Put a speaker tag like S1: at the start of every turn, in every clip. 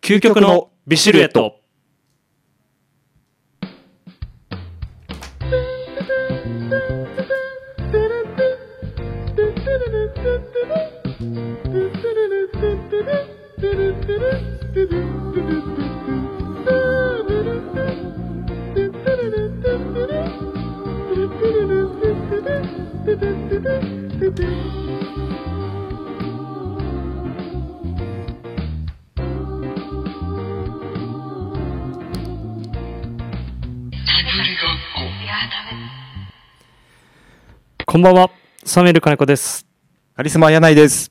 S1: 究極のビシルエット。こんばんは、サメル金子です。
S2: カリスマ柳井です。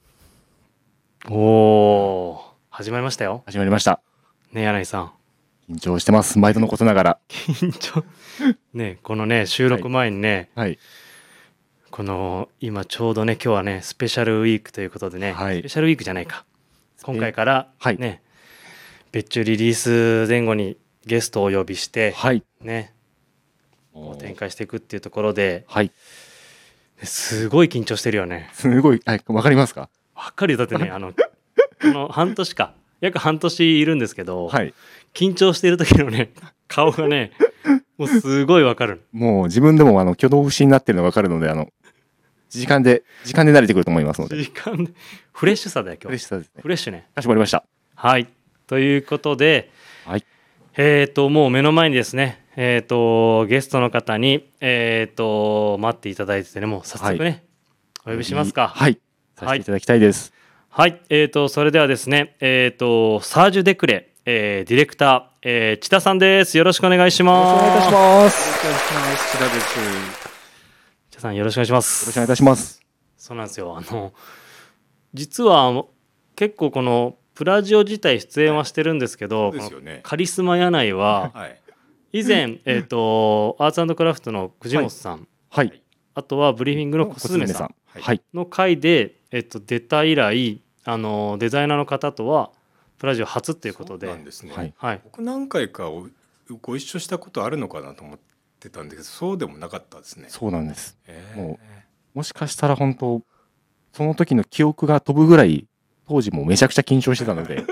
S1: おお、始まりましたよ。
S2: 始まりました。
S1: ね、柳井さん。
S2: 緊張してます。毎度のことながら。
S1: 緊張。ね、このね、収録前にね、
S2: はい。
S1: この今ちょうどね、今日はね、スペシャルウィークということでね、
S2: はい
S1: スペシャルウィークじゃないか。今回から、
S2: はい
S1: ね、別注リリース前後にゲストをお呼びして、
S2: はい。
S1: ね、こう展開していくっていうところで、
S2: はい。
S1: すごい緊張してるよね。
S2: すごい。はい。わかりますか
S1: わかるよ。だってね、あの、この半年か。約半年いるんですけど、
S2: はい。
S1: 緊張している時のね、 顔がね、もうすごいわかる。
S2: もう自分でも、あの、挙動不審になってるのわかるので、あの、時間で、時間で慣れてくると思いますので。
S1: 時間で、フレッシュさだよ、今
S2: 嬉
S1: 日。
S2: しさですね。
S1: フレッシュね。
S2: かしこまりました。
S1: はい。ということで、
S2: はい。
S1: えっ、と、もう目の前にですね、えっ、と、ゲストの方に、えっ、と、待っていただいててね、もう早速ね、お呼びしますか。。
S2: はいい。させていただきたいです。
S1: はい。えっ、と、それではですね、えっ、と、サージュ・デクレ、えーディレクター、えー、千田さんです。よろしくお願いし
S2: よろしくお願いい
S1: ま
S2: た
S1: す。
S2: し
S1: 千
S2: ます。よ
S1: 田さん、よろしくお願いします。
S2: ろしくお願いいたします。
S1: そうなんですよ。あの実はあの結構このプラジオ自体出演はしてるんですけど、
S3: そうです
S1: この
S3: よね
S1: カリスマ柳井は
S3: はい。
S1: 以 前えっ、とアーツクラフトの藤本さん、
S2: はい。
S1: あとはブリーフィングの小
S2: すず
S1: 雀
S2: め
S1: さん。
S2: はい。
S1: の回でえっ、と出た以来あのデザイナーの方とはプラジオ初ということで
S3: そうなんですね。
S2: はい。
S1: はい
S3: 僕何回かおご一緒したことあるのかなと思ってたんですけど、そうでもなかったですね。
S2: そうなんです。
S3: え
S2: ももしかしたら本当、その時の記憶が飛ぶぐらい、当時もめちゃくちゃ緊張してたので、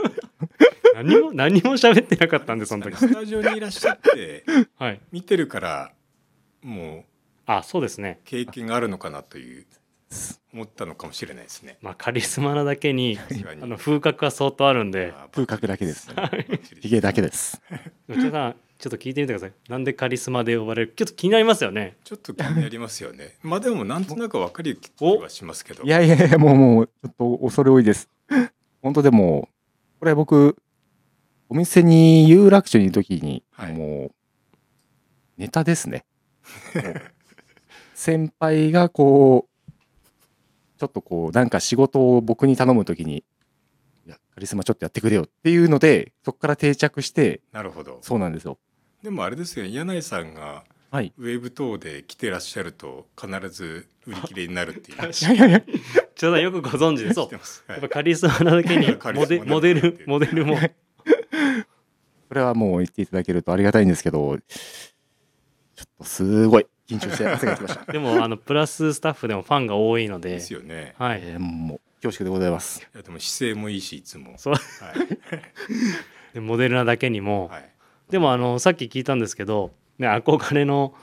S1: 何 も何も喋ってなかったんでその時
S3: スタジオにいらっしゃって
S1: はい
S3: 見てるからもう
S1: あそうですね
S3: 経験があるのかなという思ったのかもしれないですね。
S1: まあカリスマなだけに
S3: 確かに
S1: あの風格は相当あるんで
S3: あー
S2: 風格だけです。
S3: バッチリ
S2: ヒゲだけです。
S1: 内田さんちょっと聞いてみてくださいなんでカリスマで呼ばれるちょっと気になりますよね
S3: ちょっと気になりますよね。まあでもなんとなくわかる気はしますけど。
S2: いやいやいや、もうもう、ちょっと恐れ多いです。 本当でも、これ僕、お店に有楽町にいる時に、
S3: はい
S2: もう、ネタですね。もう先輩がこう、ちょっとこう、なんか仕事を僕に頼む時に、いやカリスマちょっとやってくれよっていうので、そこから定着して、
S3: なるほど。
S2: そうなんですよ。
S3: でもあれですよね。柳井さんが
S2: はい。
S3: ウェブ等で来てらっしゃると必ず売り切れになるっていう。
S2: いやいやいや、
S1: 内田さんよくご存知でそう
S3: 知ってますは
S1: や
S3: い
S1: っぱカリスマなだけに
S3: カリ
S1: モ
S3: ス
S1: デ
S3: マ
S1: モデ
S3: なんだ
S1: ル
S3: って
S1: モデルも
S2: これはもう言っていただけるとありがたいんですけど、ちょっとすごい緊張して汗が出ました。
S1: でもあのプラススタッフでもファンが多いので
S3: ですよね。
S1: はい
S2: えー、もう恐縮でございます。
S3: いやでも姿勢もいいしいつも。
S1: そう
S3: はい。
S1: でモデルなだけにも、
S3: はい。
S1: でもあのさっき聞いたんですけど、ね、憧れの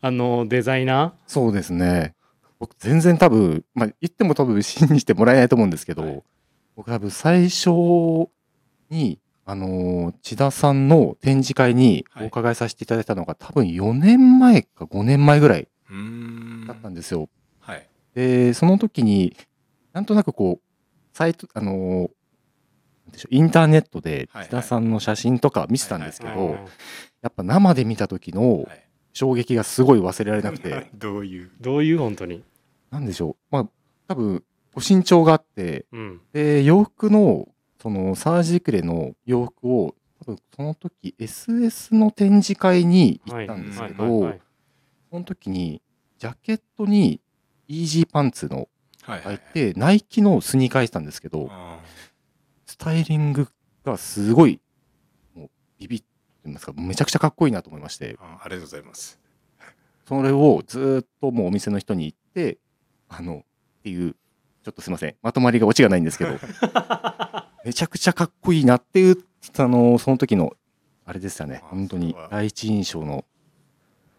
S1: あのデザイナ
S2: そうですね。僕全然多分、まあ、言っても多分信じてもらえないと思うんですけど、
S3: はい
S2: 僕多分最初に、あのー千田さんの展示会に
S3: はい
S2: お伺いさせていただいたのが、多分4年前か5年前ぐらいう
S3: ーん
S2: だったんですよ。
S3: はい。
S2: で、その時に、なんとなくこう、サイト、あのーなんでしょうインターネットで
S3: はいはい
S2: 千田さんの写真とか見てたんで
S1: ー
S2: すけど、
S3: はいは
S2: やっぱ生で見た時の
S3: はい。
S2: 衝撃がすごい忘れられなくて、
S3: どういう。
S1: どういう本当に、
S2: なんでしょう、まあ、多分ご身長があって、
S1: うん、
S2: で洋服の、そのサージクレの洋服を、多分その時 SS の展示会に行ったんですけ
S1: はいはい
S2: ど
S1: はい、
S2: その時に、ジャケットにイージーパンツの
S3: はいは
S2: 入
S3: い。
S2: って、ナイキのスニーカー入ってたんですけど、
S3: あ
S2: スタイリングがすごい、もうビビってますか、めちゃくちゃかっこいいなと思いまして
S3: ー、あーありがとうございます。
S2: それをずーっともうお店の人に行って、あの、っていう、 ちょっとすいません、まとまりがオチがないんですけど、めちゃくちゃかっこいいなっていうあのその時のあれでしたね
S3: あ
S2: 本当に
S3: それは
S2: 第一印象の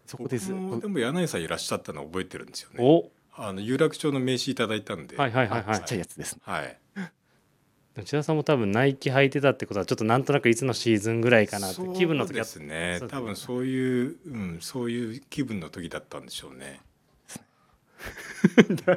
S2: そこです
S3: 僕もでも柳井さんいらっしゃったの覚えてるんですよね
S1: お
S3: あの有楽町の名刺いただいたんで
S1: はいはいはいは
S2: あちっちゃ
S1: い
S2: いやつですね
S3: はい
S1: 内田さんも多分ナイキ履いてたってことはちょっとなんとなくいつのシーズンぐらいかなって
S3: そう
S1: 気分の時
S3: で
S1: は
S3: す
S1: そ
S3: ね
S1: うですね
S3: 多分そういう、うん、そういう気分の時だったんでしょうね
S1: 大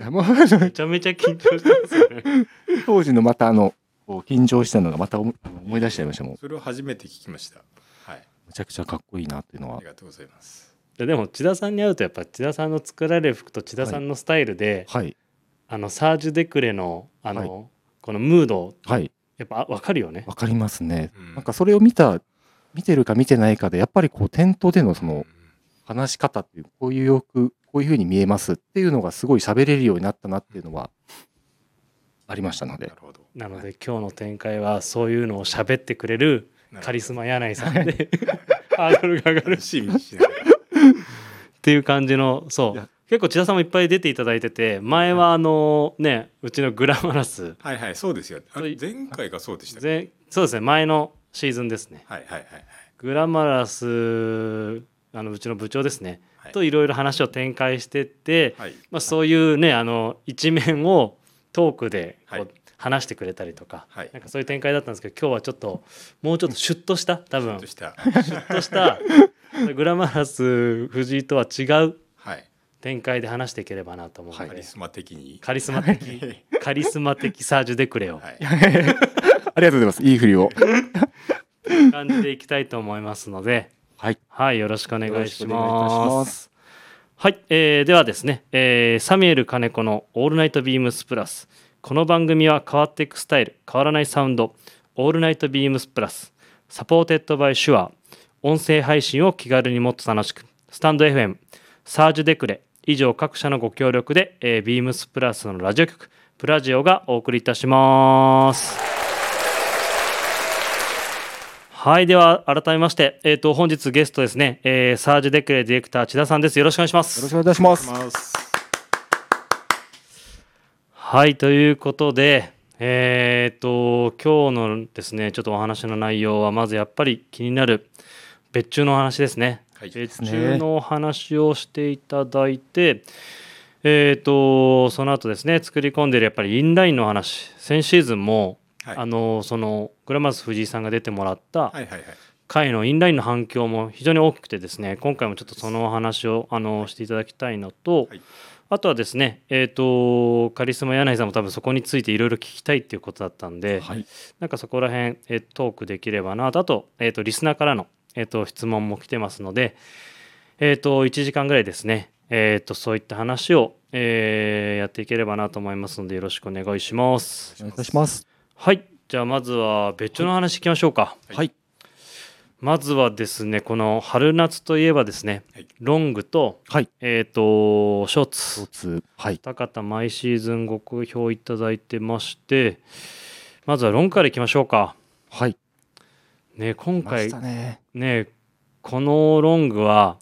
S1: 丈
S2: もう
S1: 夫めちゃめちゃ緊張してますよね
S2: 当時のまたあのこう緊張したのがまた思思い出しちゃいましたもん
S3: それを初めて聞きましたはい
S2: めちゃくちゃかっこいいなっていうの
S3: あ
S2: は
S3: りがとうございます
S1: いやでも千田さんに会うとやっぱ千田さんの作られる服と千田さんのスタイルで、
S2: はい
S1: あのサージュ・デクレのあの、
S2: はい
S1: このムード
S2: はい
S1: やっぱ分かるよね
S2: わかりますね、
S3: うん
S2: なんかそれを見た見てるか見てないかでやっぱりこう店頭でのその話し方っていうこういう洋服こういうふうに見えますっていうのがすごい喋れるようになったなっていうのはありましたの
S3: な
S2: で
S3: るほど
S1: なので今日の展開はそういうのを喋ってくれるカリスマ柳井さんで ハードルが上がる
S3: 楽しみにしながら
S1: っていう感じのそ
S2: いうや
S1: 結構千田さんもいっぱい出ていただいてて前はあのねうちのグラマラス
S3: はいはいそうですよあれ
S1: そ
S3: 前回がそうでしたっけ
S1: ぜそうですね前のシーズンですね
S3: はいはいはい
S1: グラマラスあのうちの部長ですね、
S3: はい
S1: といろいろ話を展開してって、
S3: はい
S1: まあ、そういうねあの一面をトークでこう
S3: はい
S1: 話してくれたりとか、
S3: はい
S1: なんかそういう展開だったんですけど今日はちょっともうちょっとシュッとした多分
S3: と
S1: シ
S3: した
S1: ュッとしたグラマラス藤井とは違う
S3: はい
S1: 展開で話していければなと思うので、
S3: カリスマ的に
S1: カリスマ的カリスマ的サージュ・デクレを
S3: はい
S2: ありがとうございますいいふりを
S1: 感じていきたいと思いますので、
S2: はい
S1: はい、よろしくお願いし
S2: よろしくお願いいたし
S1: ま
S2: ますす。
S1: はい、えーではですね、えーサミュエル金子の「オールナイトビームスプラス」この番組は変わっていくスタイル変わらないサウンド「オールナイトビームスプラス」サポーテッドバイシュア音声配信を気軽にもっと楽しくスタンド FM サージュデクレ以上各社のご協力で、えービームスプラスのラジオ局プラジオがお送りいたしますはいでは改めまして、えー、と本日ゲストですね、えーサージュデクレディレクター千田さんですよろしくお願いします
S2: よろしくお願いいたします。
S3: ます
S1: はいということでえー、と今日のですねちょっとお話の内容はまずやっぱり気になる別注のお話ですね、
S3: はい
S1: 別
S2: です
S1: 注
S2: ね
S1: のお話をしていただいてえー、とその後ですね作り込んでるやっぱりインラインのお話先シーズンも、
S3: はい
S1: あのそのグラマス藤井さんが出てもらった
S3: はいはいはい
S1: 回のインラインの反響も非常に大きくてですね今回もちょっとそのお話をあのしていただきたいのと、
S3: はい
S1: あとはですね、えー、とカリスマ柳井さんも多分そこについていろいろ聞きたいっていうことだったんで、
S2: はい、
S1: なんかそこら辺、えートークできればなとあと,、えー、とリスナーからの、えー、と質問も来てますので、えー、と1時間ぐらいですね、えー、とそういった話を、えーやっていければなと思いますのでよろしくお願いします
S2: お。願いいたします。
S1: はいじゃあまずは別注の話いきましょうか。
S3: はい
S2: はい、
S1: まずはですねこの春夏といえばですね、
S3: はい
S1: ロングと,、
S2: はい、
S1: えー、とショーツ
S2: 共通、はい、
S1: お二方毎シーズンご好評いただいてましてまずは論からいきましょうか、
S2: はい、
S1: ね、今
S2: ま
S1: 回
S2: したね。
S1: ねこのロングは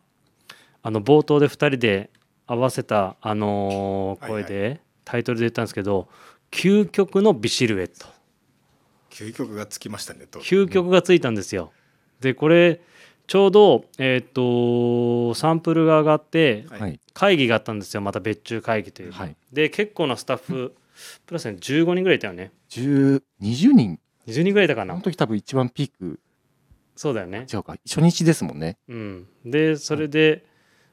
S1: あの冒頭で2人で合わせた、あのー
S3: はい
S1: 声
S3: はい
S1: で、タイトルで言ったんですけど究極の美シルエット
S3: 究極がつきましたねと
S1: 究極がついたんですよ。でこれちょうど、えーっとサンプルが上がって
S3: は
S2: はい、
S1: 会議があったんですよまた別注会議というか、
S2: はい、
S1: で結構なスタッフプラスね15人ぐらいいたよね
S2: 十二十人、
S1: 20人ぐらいいたか
S2: あ
S1: な
S2: の時多分一番ピーク、
S1: そうだよね。
S2: 違うか、初日ですもんね。
S1: うん、でそれで、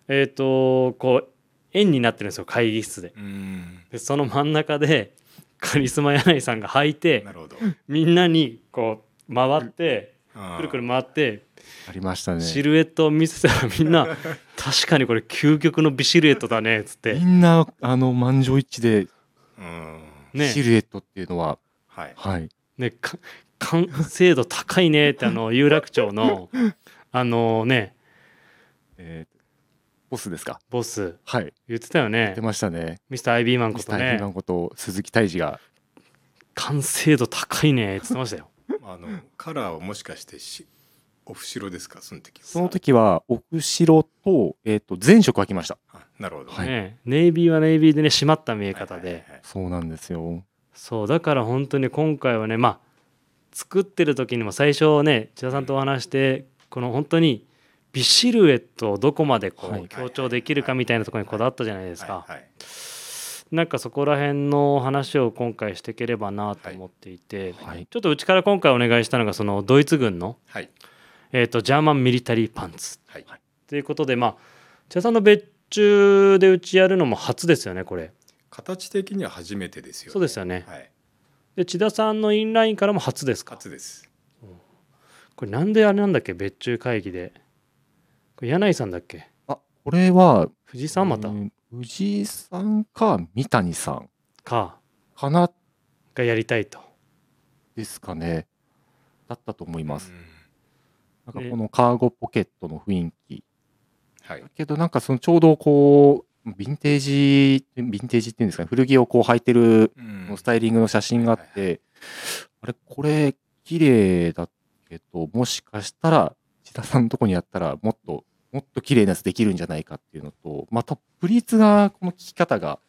S1: えっ、とこう円になってるんですよ会議室で。
S3: うん
S1: でその真ん中でカリスマ柳井さんが履いて
S3: なるほど
S1: みんなにこう回ってく
S3: く
S1: るくる回って
S2: ありましたね。
S1: シルエットを見せたらみんな 確かにこれ究極の美シルエットだねっつって
S2: み。んなあの満場一致で
S3: うん
S2: シ
S1: ね
S2: ルエットっていうのは、
S3: はい
S2: はい、
S1: ねか完成度高いねってあ の有楽町のあのね
S2: えー、ボスですか。
S1: ボス
S2: はい、
S1: 言ってたよね
S2: 出ましたね。
S1: ミスター IB マン
S2: ミ
S1: こ
S2: ス
S1: と
S2: ターヘ
S1: ね
S2: ビマンこと鈴木泰治が、
S1: 完成度高いねっつってましたよ
S3: あのカラーをもしかしてしオフ白ですかその時は
S2: その時は奥白とえっ、と全色開きました。
S3: あなるほ ど、
S2: はい
S1: ねネイビーはネイビーでね締まった見え
S3: はいはい
S1: 方
S3: はい
S1: で、
S3: はい
S2: そうなんですよ。
S1: そうだから本当に今回はねまあ作ってる時にも最初ね千田さんとお話ししてこの本当に美シルエットをどこまでこ
S2: はいう
S1: 強調できるかみたいなところにこだわったじゃないですか
S3: はいはい
S1: なんかそこら辺の話を今回していければなと思っていて
S2: はい
S1: ちょっとうちから今回お願いしたのがそのドイツ軍の
S3: はい
S1: えーとジャーマンミリタリーパンツ
S3: はい
S1: ということでまあ千田さんの別注でうちやるのも初ですよねこれ
S3: 形的には初めてですよ、
S1: そうですよね
S3: はい
S1: で千田さんのインラインからも初ですか
S3: 初です
S1: これなんであれなんだっけ別注会議でこれ柳井さんだっけ
S2: あこれは
S1: 藤井さんまた
S2: えー藤井さんか三谷さん
S1: か
S2: かな
S1: がやりたいと
S2: ですかねだったと思います。
S3: うん
S2: なんかこのカーゴポケットの雰囲気
S3: はい
S2: だけどなんかそのちょうどこうヴィンテージヴィンテージっていうんですかね古着をこう履いてる
S3: うん
S2: のスタイリングの写真があっ
S3: は
S2: て、あれこれ綺麗だけどもしかしたら千田さんのとこにやったらもっともっと綺麗なやつできるんじゃないかっていうのとまたプリーツがこの聞き方が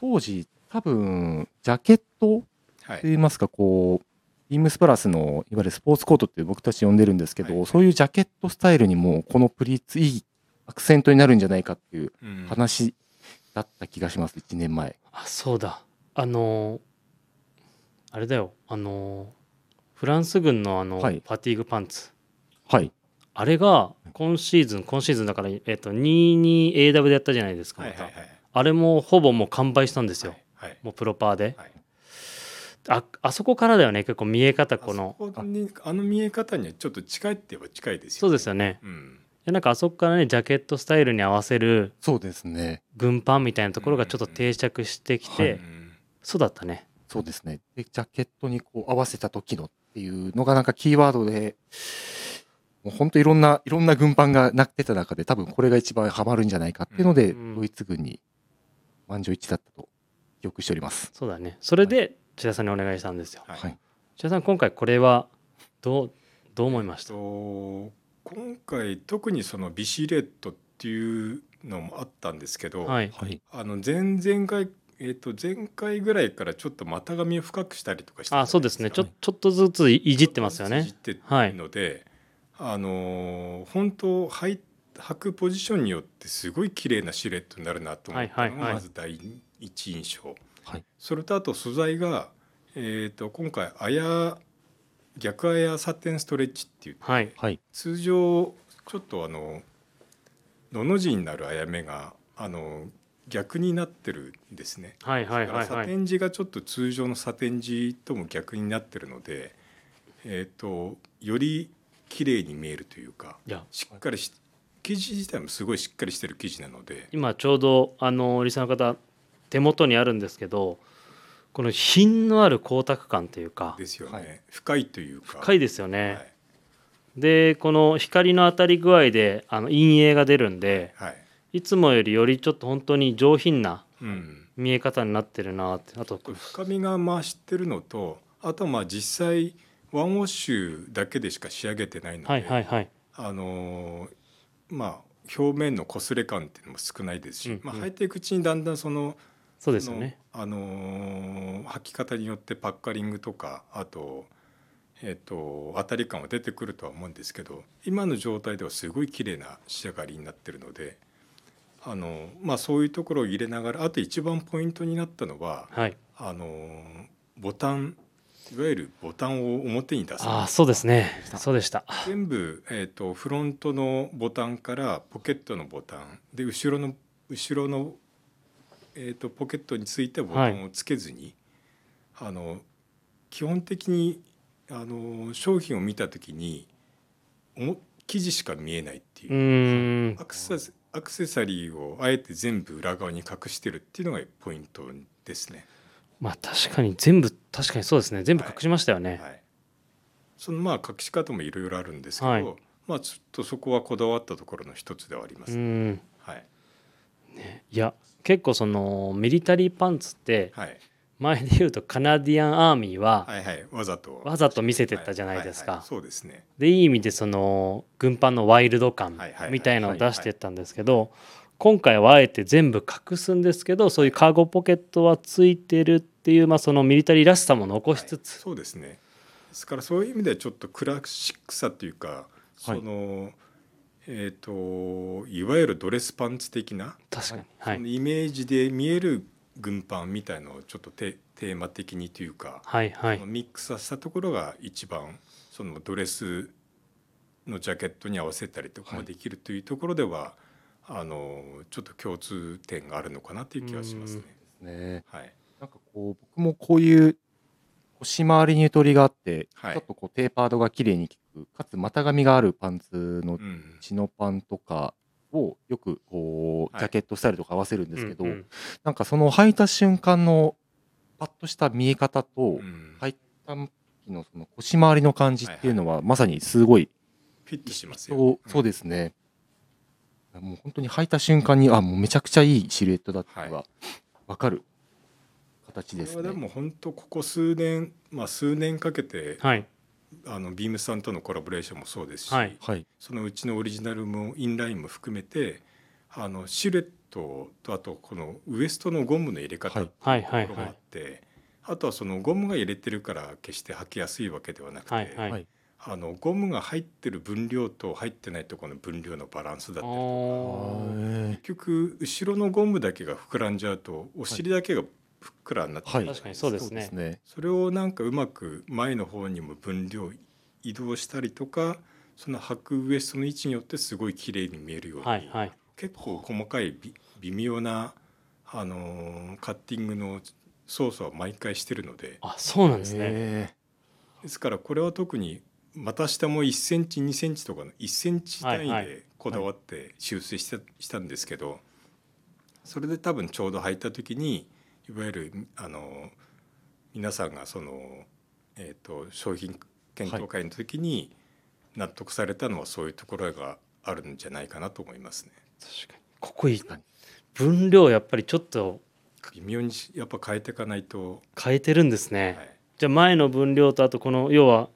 S2: 当時多分ジャケット
S3: は
S2: と
S3: い
S2: いいますかこうビームスプラスのいわゆるスポーツコートって僕たち呼んでるんですけど、
S3: はい
S2: そういうジャケットスタイルにもこのプリーツいいアクセントになるんじゃないかっていう
S3: うん
S2: 話だった気がします、1年前。
S1: あそうだあのーあれだよあのーフランス軍のあの、
S2: はい
S1: ファティーグパンツ
S2: はい、
S1: あれが今シーズン今シーズンだから、えっと 22AW でやったじゃないですか、
S3: は
S1: ま
S3: い
S1: た
S3: はいはい
S1: あれもほぼもう完売したんですよ、
S3: はい
S1: もうプロパーで、
S3: はい
S1: ああそこからだよね結構見え方この
S3: あそこにあの見え方にはちょっと近いって言えば近いですよ
S1: そうですよね
S3: うん
S1: いやなんかあそこからねジャケットスタイルに合わせる
S2: そうですね。
S1: 軍パンみたいなところがちょっと定着してきて、
S2: うん
S3: うん
S1: そうだったね
S2: そうですね。で、ジャケットにこう合わせた時のっていうのがなんかキーワードで、もう本当いろんな、いろんな軍パンがなってた中で、多分これが一番ハマるんじゃないかっていうので、
S1: うん
S2: ドイツ軍に満場一致だったと記憶しております。
S1: そうだねそれで千田さんにお願いしたんですよ、
S3: はい
S2: はい。
S1: 千田さん今回これはどうどう思いました
S3: と今回特にそのビシレットっていうのもあったんですけど、
S1: はい
S2: はい。
S3: あの前々回えっ、と前回ぐらいからちょっと股上を深くしたりとかして
S1: あそうですねちょ
S2: はい
S1: ちょっとずついいじってますよ
S3: い
S1: ね
S3: じってる
S1: はい
S3: ので、あのー本当履い履くポジションによってすごい綺麗なシルエットになるなと思ったの
S1: はいはいはい
S3: がまず第一印象、
S2: はい
S3: それとあと素材が、えー、と今回あや逆あやサテンストレッチっていう
S1: はい
S2: はい。
S3: 通常ちょっとあののの字になるあやめがあの逆になってるんですね。
S1: はいはいはい
S3: だから
S1: は
S3: サテ
S1: い
S3: ン地がちょっと通常のサテン地とも逆になってるので、えー、とより綺麗に見えるというか
S1: いや
S3: しっかりし生地自体もすごいしっかりしてる生地なので
S1: 今ちょうどあのリスナーの方手元にあるんですけどこの品のある光沢感というか
S3: ですよね、
S2: はい
S3: 深いというか
S1: 深いですよね、
S3: はい
S1: でこの光の当たり具合であの陰影が出るんで
S3: はい
S1: いつもよりよりちょっと本当に上品な
S3: うん、
S1: 見え方になってるなってあと
S3: 深みが増してるのとあとはまあ実際ワンウォッシュだけでしか仕上げてないので、
S1: はいはいはい
S3: あのーまあ表面の擦れ感っていうのも少ないですし、
S1: うんうん
S3: まあ、履いていくうちにだんだんその
S1: そうですよね
S3: あのー履き方によってパッカリングとかあと,、えっと当たり感は出てくるとは思うんですけど今の状態ではすごい綺麗な仕上がりになってるので、あのーまあ、そういうところを入れながらあと一番ポイントになったのは、
S1: はい
S3: あのーボタンいわゆるボタンを表に出す
S1: ああそうですねそうでした
S3: 全部、えー、とフロントのボタンからポケットのボタンで後ろの後ろの、えー、とポケットについてはボタンをつけずに、あの基本的にあの商品を見た時におも生地しか見えないっていうう、
S1: ーん
S3: アクセスアクセサリーをあえて全部裏側に隠してるっていうのがポイントですね。
S1: まあ確かに全部確かにそうですね全部隠しましたよね、
S3: はい、そのまあ隠し方もいろいろあるんですけど、
S1: はい
S3: まあちょっとそこはこだわったところの一つではありま
S1: う
S3: す、
S1: ーん
S3: はい
S1: いや結構そのミリタリーパンツって
S3: はい
S1: 前で言うとカナディアンアーミーは
S3: はいはいわざと
S1: わざと見せてったじゃないですか
S3: はははそうですね
S1: でいい意味でその軍パンのワイルド感
S3: はいはいはい
S1: みたいなのを出してったんですけど今回はあえて全部隠すんですけどそういうカーゴポケットはついてるっていう、まあ、そのミリタリーらしさも残しつつ、
S3: そうですねですからそういう意味ではちょっとクラシックさというか、そのえっ、といわゆるドレスパンツ的な、
S1: 確かに。は
S3: そ
S1: い
S3: の。イメージで見える軍パンみたいのをちょっとテテーマ的にというか、
S1: はい。はい
S3: その。ミックスさせたところが一番そのドレスのジャケットに合わせたりとかもできるというところでは、あのちょっと共通点があるのかなという気がしますね。
S2: ね
S3: はい、
S2: なんかこう僕もこういう腰回りにゆとりがあって、
S3: はい
S2: ちょっとこうテーパードが綺麗に効くかつ股上があるパンツの
S3: うん
S2: チノパンとかをよくこう
S3: はい
S2: ジャケットスタイルとか合わせるんですけど、
S1: うんうん
S2: なんかその履いた瞬間のパッとした見え方と
S3: うん
S2: はい短期のその腰回りの感じっていうのはまさにすごい
S3: フィットしますよ、
S2: そうそうですね、もう本当に履いた瞬間にあもうめちゃくちゃいいシルエットだったのが分かる形です
S3: これ
S2: ね。
S3: はでも本当ここ数年、まあ、数年かけて、
S1: はい。
S3: あのビームスさんとのコラボレーションもそうですし、
S1: はい
S2: はい、
S3: そのうちのオリジナルもインラインも含めてあのシルエットとあとこのウエストのゴムの入れ方
S2: は
S3: っ
S2: い
S3: て
S1: はい。
S3: と
S1: はい。
S3: ころ
S1: は
S3: もあっ
S1: い。
S3: て、あとはそのゴムが入れてるから決して履きやすいわけではなくて、
S1: はい。はい。
S2: はい
S3: あのゴムが入ってる分量と入ってないところの分量のバランスだったりとか
S1: お
S3: 結局後ろのゴムだけが膨らんじゃうとお尻だけがふっくらになって、
S2: はい
S1: 確かにそうですね
S2: そうですね。
S3: それをなんかうまく前の方にも分量移動したりとかその履くウエストの位置によってすごい綺麗に見えるように、
S1: はい。はい。
S3: 結構細かいび微妙な、あのーカッティングの操作を毎回してるので
S1: あ、そうなんですね。
S2: へ
S3: ですからこれは特に股下も1センチ2センチとかの1センチ単位
S1: はいは
S3: でこだわって修正した,、したんですけどそれで多分ちょうど履いた時にいわゆるあの皆さんがその、えー、と商品検討会の時に納得されたのはそういうところがあるんじゃないかなと思いますね。
S1: 確かに。ここいい
S2: 確かに。
S1: 分量やっぱりちょっと
S3: 微妙にやっぱ変えていかないと、
S1: 変えてるんです
S3: は
S1: ね。
S3: い、
S1: じゃあ前の分量とあとこの要は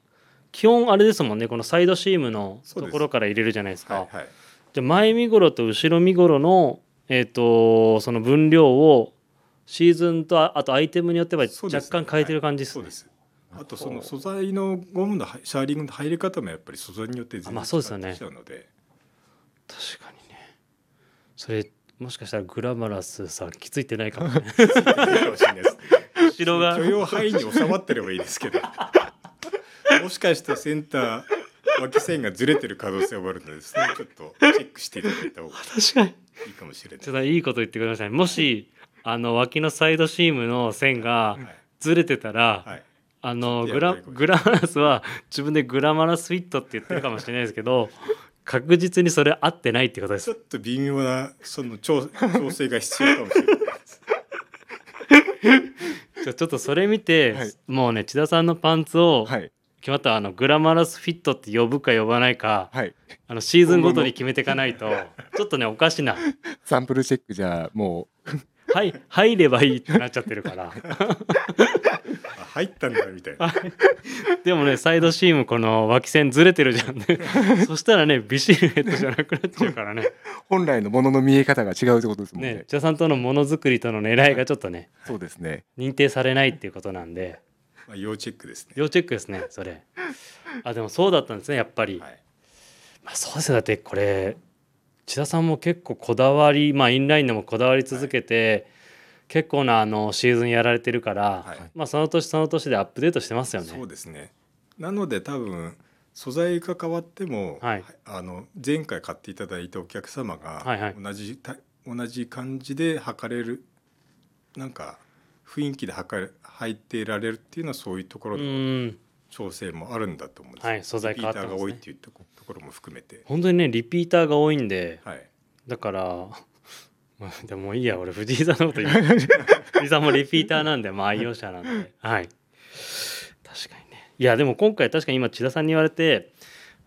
S1: 基本あれですもんねこのサイドシームの
S3: そう
S1: と
S3: です
S1: ころから入れるじゃないですか。
S3: はいはい
S1: じゃあ前身頃と後ろ身頃のえっ、とその分量をシーズンとああとアイテムによっては
S3: そ
S1: 若
S3: うですね
S1: 干変えてる感じです
S3: そう
S1: ね
S3: で。すあとその素材のゴムのはシャーリングの入り方もやっぱり素材によって全
S1: あま
S3: 然
S1: あ
S3: 違
S1: そうですよね
S3: ってきちゃうので
S1: 確かにね。それもしかしたらグラマラスさん気づいてないかもね。
S3: かもしれないです
S1: 後ろが
S3: 許容範囲に収まってればいいです けどもしかしたらセンター脇線がずれてる可能性もあるのでそれをちょっとチェックしていただいた方が
S1: 確かに。
S3: いいかもしれない
S1: ちょっといいこと言ってください。もしあの脇のサイドシームの線が
S3: はい、
S1: ずれてたら。
S3: はい、
S1: あの
S3: ち
S1: グ
S3: ょっとや
S1: ラ
S3: ばいこれ
S1: グラマラスは自分でグラマラスフィットって言ってるかもしれないですけど確実にそれ合ってないってことで
S3: ち
S1: す
S3: ょっと微妙なその調調整が必要かもしれないです
S1: じゃあちょっとそれ見て、
S2: はい
S1: もうね千田さんのパンツを
S2: はい
S1: 決まったらあのグラマラスフィットって呼ぶか呼ばないか
S2: はい。
S1: あのシーズンごとに決めていかないとちょっとねおかしな
S2: サンプルチェックじゃも
S1: はい入ればいいってなっちゃってるから
S3: あ入ったんだみたいな
S1: でもねサイドシームこの脇線ずれてるじゃんねそしたらねビシルエットじゃなくなっちゃうからね
S2: う本来のものの見え方が違うってことですもんね。
S1: ね千田さんとのものづくりとの狙いがちょっとね
S2: そうですね。
S1: 認定されないっていうことなんで。
S3: まあ要チェックですね
S1: 要チェックですねそれあでもそうだったんですねやっぱり、
S3: はい
S1: まあ、そうですよだってこれ千田さんも結構こだわりまあインラインでもこだわり続けて、結構なあのシーズンやられてるから、
S3: はい
S1: まあその年その年でアップデートしてますよね
S3: そうですねなので多分素材が変わっても、
S1: はい
S3: あの前回買っていただいたお客様
S1: はいは
S3: が
S1: い
S3: 同じた、同じ感じで測れるなんか雰囲気で測れ入っていられるっていうのはそういうところ
S1: う
S3: の
S1: ーん
S3: 調整もあるんだと思うんです、
S1: はい素材
S3: リ
S1: 変
S3: ピ
S1: わっ
S3: ー
S1: てま
S3: ター
S1: す
S3: が
S1: ね
S3: 多いっていうとこところも含めて、
S1: 本当にねリピーターが多いんで
S3: はい、
S1: だから まあでもいいや俺藤井さんのこと言う藤井さんもリピーターなんでまあ愛用者なんではい確かにねいやでも今回確かに今千田さんに言われて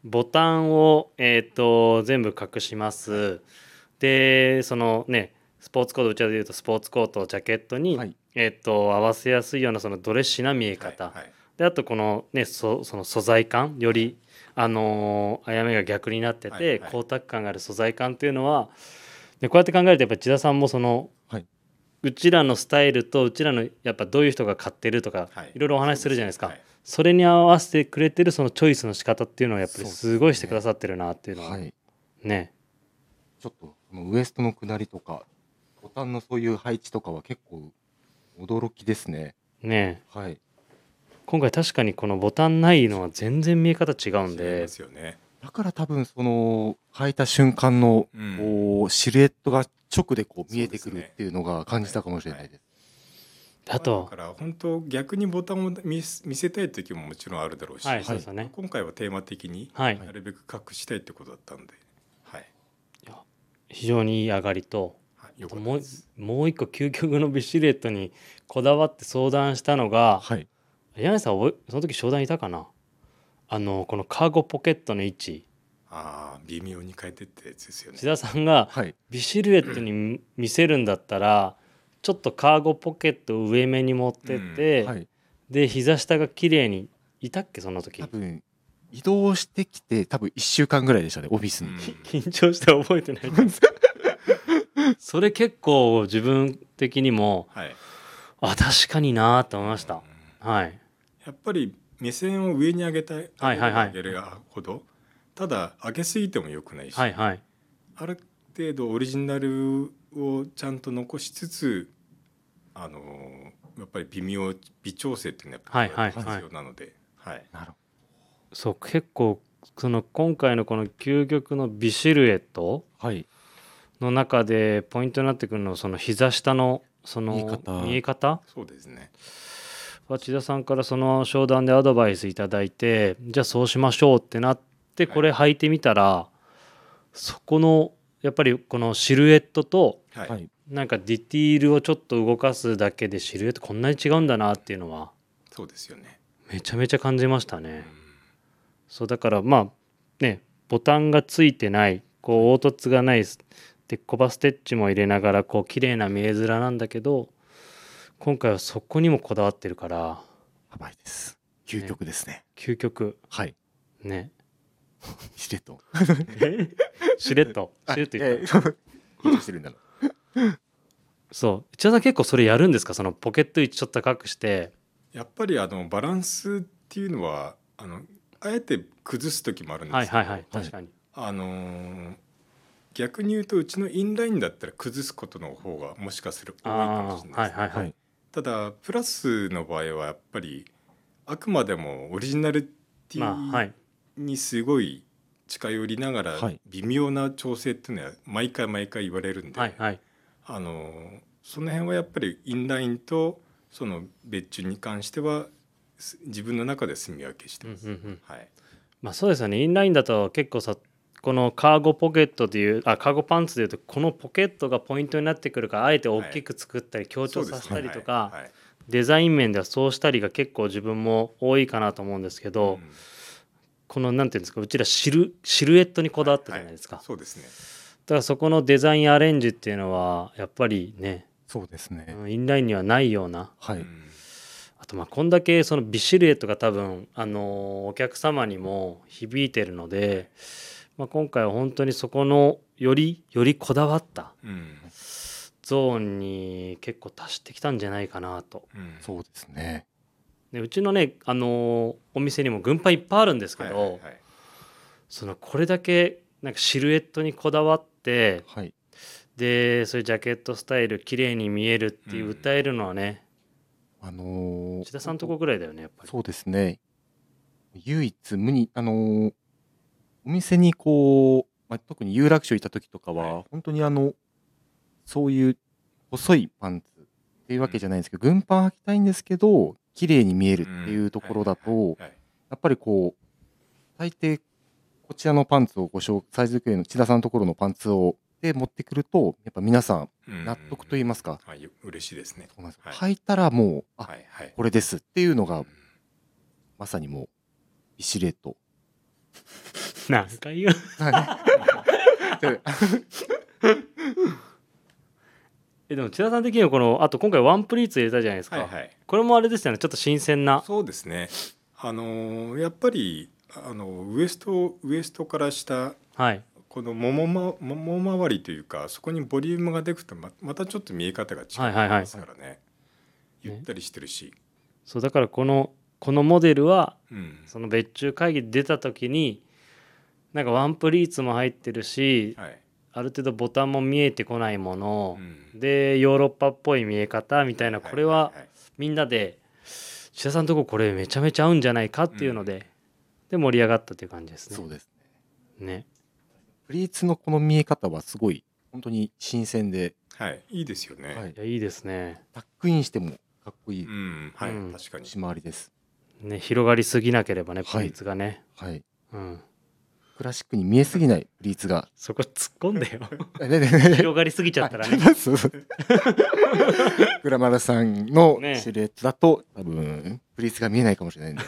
S1: ボタンをえっ、と全部隠しますでそのねスポーツコートうちらで言うとスポーツコートジャケットに、
S2: はい
S1: えっ、と合わせやすいようなそのドレッシーな見え方、
S3: はいはい
S1: であとこのねそその素材感よりあのーあやめが逆になってて、
S3: はいはい
S1: 光沢感がある素材感っていうのはでこうやって考えるとやっぱり千田さんもその、
S2: はい
S1: うちらのスタイルとうちらのやっぱどういう人が買ってるとか、
S3: はい
S1: い、ろいろお話しするじゃないですかそ
S3: はい
S1: れに合わせてくれてるそのチョイスの仕方っていうのはやっぱりすごいして
S2: そう
S1: くだ
S2: ですね
S1: さってるなっていうのは
S2: はい
S1: ね
S2: ちょっとこのウエストの下りとかボタンのそういう配置とかは結構驚きですね
S1: ね
S2: はい
S1: 今回確かにこのボタンないのは全然見え方違うん
S3: 違い
S1: で
S3: ますよね。
S2: だから多分その履いた瞬間の
S3: うん
S2: こうシルエットが直でこう見えてく
S3: そう
S2: る
S3: で
S2: っ
S3: すね
S2: ていうのが感じたかもしれないです
S1: あと
S3: だから本当逆にボタンを見せ見せたい時ももちろんあるだろうし、
S1: はいそうですよね
S3: 今回はテーマ的に
S1: はい、
S3: なるべく隠したいってことだったんで、はい
S1: 非常にいい上がりと
S3: はい、よかった
S1: もう
S3: です。
S1: もう一個究極のビシルエットにこだわって相談したのが
S2: はい
S1: 柳井さん覚えその時商談いたかなあのこのカーゴポケットの位置
S3: ああ微妙に変えてってやつですよね
S1: 千。田さんが
S2: はい
S1: ビシルエットに見せるんだったらちょっとカーゴポケットを上目に持ってって、
S2: はい
S1: で膝下が綺麗にいたっけその時
S2: 多分移動してきて多分1週間ぐらいでしたねオフィス
S3: う
S2: に、
S3: ん
S1: 緊張して覚えてない それ結構自分的にも
S3: はい。
S1: あ確かになーと思いました
S3: うん
S1: はい
S3: やっぱり目線を上に上げたい、
S1: はいはいはい
S3: 上げるほどただ上げすぎても良くないし、
S1: はいはい
S3: ある程度オリジナルをちゃんと残しつつあのやっぱり微妙微調整っていうのはやっぱ
S1: は
S3: り
S1: いはいはい
S3: 必要なので、はい
S2: なるほ
S1: そう結構その今回のこの究極の美シルエット
S2: どはい
S1: の中でポイントになってくるのはその膝下のその
S2: 見え方
S1: 見え方
S3: そうですね。
S1: は千田さんからその商談でアドバイスいただいてじゃあそうしましょうってなって
S3: はい
S1: これ履いてみたら、そこのやっぱりこのシルエットと
S3: はい、
S2: はい
S1: なんかディティールをちょっと動かすだけでシルエットこんなに違うんだなっていうのは
S3: そうですよね。
S1: めちゃめちゃ感じましたね。
S3: うん
S1: そうだからまあねボタンがついてないこう凹凸がないすでコバステッチも入れながらこう綺麗な見え面なんだけど今回はそこにもこだわってるから
S2: やばいです究極ですね
S1: 究極
S2: はい
S1: ね
S2: シルエット
S1: しれっとしれっと言った、
S2: た してるんだろ
S1: そう千田さん結構それやるんですかそのポケット位置ちょっと高くして
S3: やっぱりあのバランスっていうのはあのあえて崩す時もあるんですけ
S1: はい
S3: ど
S1: はいはい確かに、
S3: あのー逆に言うとうちのインラインだったら崩すことの方がもしかする多いかも
S1: あ
S3: しれ
S1: あは
S3: な
S1: いい
S3: です、
S1: はいはい、
S2: はい
S3: ただプラスの場合はやっぱりあくまでもオリジナリテ
S1: まあは
S3: ィ
S1: い
S3: にすごい近寄りながら
S2: はい
S3: 微妙な調整っていうのは毎回毎回言われるんで、
S1: はいはい
S3: あのーその辺はやっぱりインラインとその別注に関してはす自分の中で住み分けして
S1: うんうん
S3: ます。
S1: うん
S3: はい、
S1: まあそうですよねインラインだと結構さこのカーゴポケットでいうあカーゴパンツでいうとこのポケットがポイントになってくるからあえて大きく作ったり強調させたりとか、
S3: そうですね
S1: デザイン面ではそうしたりが結構自分も多いかなと思うんですけ
S3: はい
S1: ど、
S3: はいうん
S1: このなんていうんですかうちらシルシルエットにこだわったじゃないですか、
S3: はそうですね。
S1: だからそこのデザインアレンジっていうのはやっぱりね
S2: そうですね
S1: うんインラインにはないような
S2: は
S3: う
S2: い
S3: ん
S1: あとまあこんだけその美シルエットが多分あのーお客様にも響いてるので、まあ、今回は本当にそこのよりよりこだわった
S3: うん
S1: ゾーンに結構達してきたんじゃないかなと
S3: うん
S2: そうですね
S1: でうちのね、あのーお店にも軍配いっぱいあるんですけど、
S3: はいはいはい
S1: そのこれだけなんかシルエットにこだわって
S2: はい
S1: でそういうジャケットスタイル綺麗に見えるっていう
S3: うん
S1: 歌えるのはね、
S2: あのー
S1: 千田さんとこぐらいだよねやっぱり。
S2: そうですね唯一無二あのーお店にこう、まあ、特に有楽町行った時とかは、
S3: は
S2: 本当にあのそういう細いパンツっていうわけじゃないんですけど、軍パン履きたいんですけど綺麗に見えるっていうところだと、
S3: はい
S2: やっぱりこう、大抵、こちらのパンツをご紹介、サイズ作りの千田さんのところのパンツを、で持ってくると、やっぱ皆さん、
S3: うん
S2: 納得と言いますか、
S3: はいよ嬉しいですね
S2: そうなんですよ
S3: は
S2: 履いたらもう、あ、
S3: はいはい
S2: これですっていうの
S3: う
S2: が
S3: ん、
S2: まさにもう、ビシレット。
S1: 何回言う えでも千田さん的にはこのあと今回ワンプリーツ入れたじゃないですか、
S3: はいはい
S1: これもあれですよねちょっと新鮮な
S3: そうですねあのーやっぱりあのウエストウエストから下
S1: はい
S3: ここのももま桃回りというかそこにボリュームがでくとままたちょっと見え方が違い
S1: はいはいはい
S3: ますからね、ゆったりしてるし、
S1: そうだからこのこのモデルは
S3: うん、
S1: その別注会議で出た時になんかワンプリーツも入ってるし、
S3: はい、
S1: ある程度ボタンも見えてこないもの
S3: う、ん
S1: でヨーロッパっぽい見え方みたいなこれはい
S3: いい
S1: みんなで千田さんのとここれめちゃめちゃ合うんじゃないかっていうので、で盛り上がったっていう感じですね。
S2: そうですね。
S1: ね
S2: プリーツのこの見え方はすごい本当に新鮮で、
S3: はい、はい、いいですよね、
S2: はい
S1: いやいいですね
S2: タックインしてもかっこいい
S3: うんはい、
S1: うん
S3: 確かに
S2: 仕回りです。
S1: ね広がりすぎなければね
S2: はい
S1: プリーツがね、
S2: はい。
S1: うん、
S2: クラシックに見えすぎないプリーツが。
S1: そこ突っ込んでよ
S2: 広
S1: 広がりすぎちゃったらね、
S2: はいそうそう グラマラさんの
S1: ね
S2: シルエットだと、多分プリーツが見えないかもしれないんで。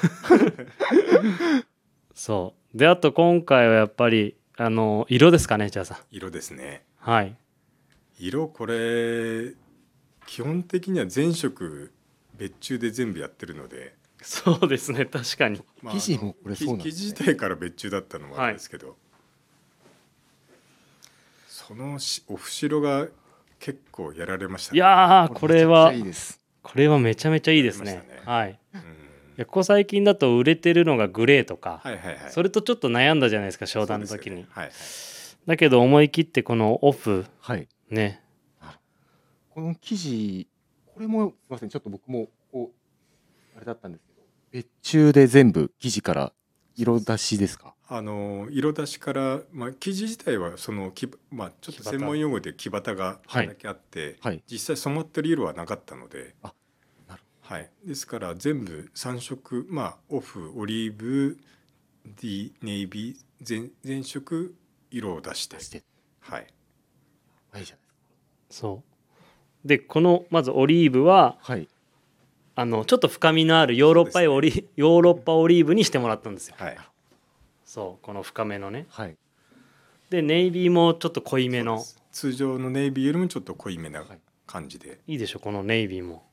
S1: そうであと今回はやっぱりあの色ですかね千田さん
S3: 色ですね
S1: はい
S3: 色これ基本的には全色別注で全部やってるので、
S1: そうですね確かに
S3: ま
S2: 生地
S3: あの
S2: もこれそうなんですね
S3: 生地自体から別注だったのもあるんですけど、そのしおろが結構やられました
S1: い、やーこれは
S2: めちゃくちゃいいです。
S1: これはめちゃめちゃいいですね
S3: やりましたね
S1: はいい
S3: うん
S1: やここ最近だと売れてるのがグレーとか、
S3: はいはいはい
S1: それとちょっと悩んだじゃないですか商談の
S3: そうで
S1: 時
S3: すよ
S1: に、
S3: ねはい
S1: だけど思い切ってこのオフ
S2: はい。
S1: ね
S2: この生地、これもすみません、ちょっと僕もこうあれだったんですけど、別注で全部生地から色出しですか。
S3: あの色出しから、まあ、生地自体はそのき、まあ、ちょっと専門用語で木端が
S1: はい
S3: だけあって、
S2: はい。
S3: 実際染まってる色はなかったので
S2: あなる
S3: はい、ですから全部3色、まあ、オフオリーブディネイビー全全色色を出して
S2: 出して
S3: はい
S2: ないじゃないです
S1: そうでこのまずオリーブは
S2: か。はい。
S1: あのちょっと深みのあるヨーロッパオリ、ヨーロッパオリーブにしてもらったんですよ
S3: はい
S1: そうこの深めのね
S2: はい。
S1: でネイビーもちょっと濃いめの
S3: 通常のネイビーよりもちょっと濃いめな
S2: はい
S3: 感じで、
S1: いいでしょこのネイビーも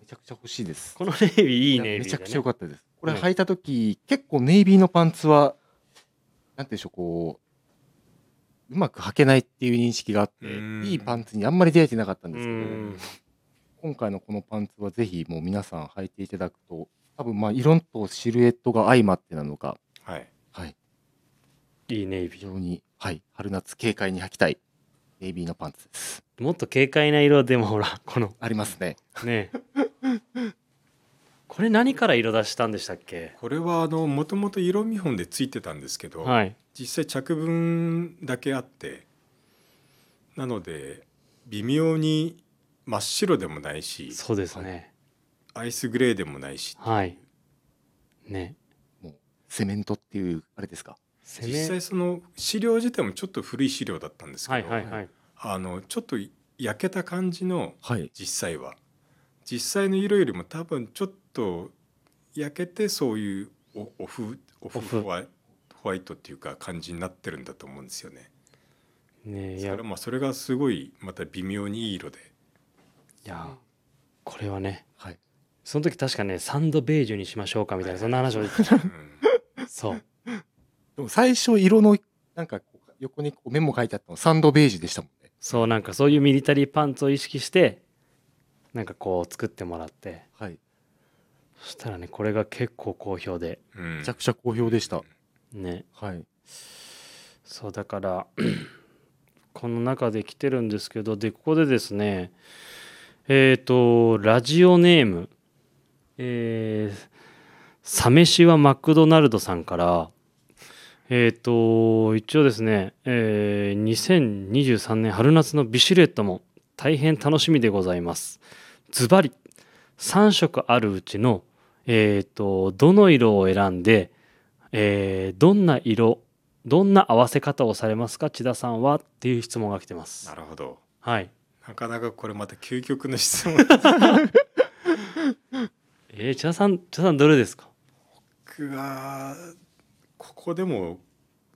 S2: めちゃくちゃ欲しいです。
S1: このネイビーいいネイビーだ、ね、
S2: めちゃくちゃ良かったです。これ
S1: ね
S2: 履いた時、結構ネイビーのパンツはなんていうんでしょうこううまく履けないっていう認識があって、
S3: うん
S2: いいパンツにあんまり出会えてなかったん
S1: う
S2: ですけど、
S1: ん
S2: 今回のこのパンツはぜひもう皆さん履いていただくと、多分まあ色とシルエットが相まってなのか、
S3: はい、
S2: はい、
S1: いいネイビ
S2: 非常にはい春夏軽快に履きたいネイビーのパンツです。
S1: ーもっと軽快な色でもほらこの
S2: ありますね。
S1: ね これ何から色出したんでしたっけ
S3: これはあのもともと色見本でついてたんですけど、
S1: はい
S3: 実際着分だけあってなので微妙に真っ白でもないし
S1: そうですね
S3: アイスグレーでもないし
S1: はいね
S2: セメントっていうあれですか。
S1: 攻
S3: 実際その資料自体もちょっと古い資料だったんです
S1: は
S3: け
S1: い
S3: ど、
S1: はいはい
S3: あのちょっと焼けた感じの
S2: はい。
S3: 実際は実際の色よりも多分ちょっと焼けてそういうオオフオフ
S1: オフ
S3: ホワイホワイトっていうか感じになってるんだと思うんですよね。
S1: ねい
S3: そ
S1: や
S3: れまあそれがすごいまた微妙にいい色で
S1: いやこれはね
S2: はい。
S1: その時確かねサンドベージュにしましょうかみたいなそんな話を
S3: うん
S1: そう
S2: でも最初色のなんかこう横にこうメモ書いてあったのサンドベージュでしたもんね。
S1: そうなんかそういうミリタリーパンツを意識してなんかこう作ってもらって
S2: はい。
S1: そしたらねこれが結構好評で
S3: うん
S2: めちゃくちゃ好評でした。
S1: ね
S2: はい。
S1: そうだから この中で来てるんですけどでここでですねえっ、とラジオネームえーサ飯はマクドナルドさんからえっ、と一応ですね、えー2023年春夏のビシルエットも大変楽しみでございますズバリ3色あるうちのえっ、とどの色を選んで、えーどんな色どんな合わせ方をされますか千田さんはっていう質問が来てます
S3: なるほど
S1: はい
S3: なかなかこれまた究極の質問
S1: えー、千田さん千田さんどれですか
S3: 僕はここでも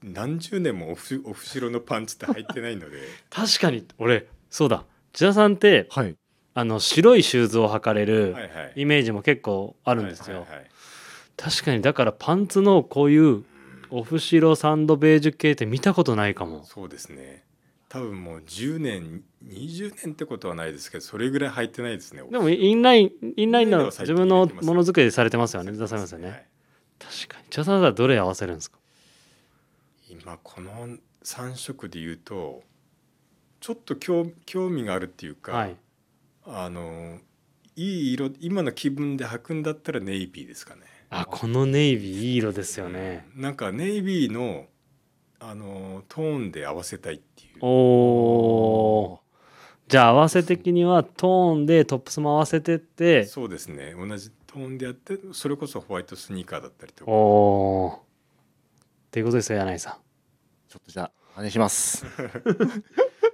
S3: 何十年もオフオフ白のパンツって入ってないので
S1: 確かに俺そうだ千田さんって
S2: はい。
S1: あの白いシューズを履かれる
S3: はいはい
S1: イメージも結構あ
S3: あ
S1: るんですよ
S3: はいはいはい
S1: 確かにだからパンツのこういうオフシロサンドベージュ系って見たことないかも
S3: そうですね多分もう10年20年ってことはないですけどそれぐらい入ってないですね
S1: でもインラインインライン
S3: イン
S1: の
S3: ラインは最
S1: 自
S3: 近
S1: 分の
S3: やってますね
S1: ものづくりでされてますよね出されますよね、
S3: はい
S1: 確かにじゃあさんはどれ合わせるんですか
S3: 今この3色で言うとちょっと興興味があるっていうか、
S1: はい
S3: あのいい色今の気分で履くんだったらネイビーですかね。
S1: あこのネイビーいい色ですよね、
S3: うんなんかネイビーのあのトーンで合わせたいっていう。
S1: おおーじゃあ合わせ的にはトーンでトップスも合わせてって
S3: そうですね同じトーンでやってそれこそホワイトスニーカーだったりと
S1: お
S3: か
S1: おーっていうことですよ柳井さん
S2: ちょっとじゃあ真似します。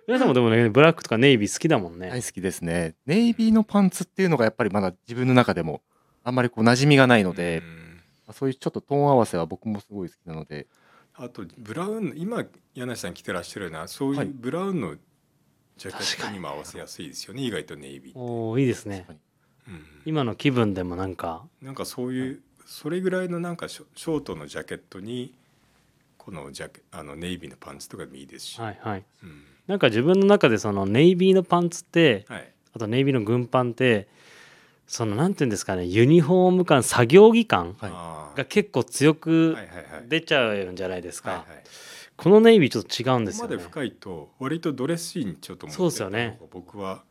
S1: 皆さんもでもねブラックとかネイビー好きだもんね、
S2: 大好きですね。ネイビーのパンツっていうのがやっぱりまだ自分の中でもあんまりこう馴染みがないので、
S3: うん
S2: そういうちょっとトーン合わせは僕もすごい好きなので、
S3: あとブラウン今柳さん着てらっしゃるようなそうい
S2: はいう
S3: ブラウンのジャケ
S1: 確
S3: ッ
S1: か
S3: ト
S1: に
S3: にも合わせやすいですよね意外とネイビー、
S1: おおいいですね
S2: 確かに
S3: うん
S1: 今の気分でもなんか
S3: なんかそういうそれぐらいのなんかショショートのジャケットにこのジャケあのネイビーのパンツとかでもいいですし、
S1: はいはい
S3: うん
S1: なんか自分の中でそのネイビーのパンツって
S3: はい
S1: あとネイビーの軍パンってそのなんていうんですかねユニフォーム感作業着感
S2: はい
S3: あー
S1: が結構強く
S3: はいはいはい
S1: 出ちゃうんじゃないですか、
S3: はいはい
S1: このネイビーちょっと違うんで
S3: こ
S1: す
S3: こま
S1: よ
S3: で
S1: ね
S3: 深いと割とドレッシーにちょっと持って
S1: そうですよね
S3: った方が僕は、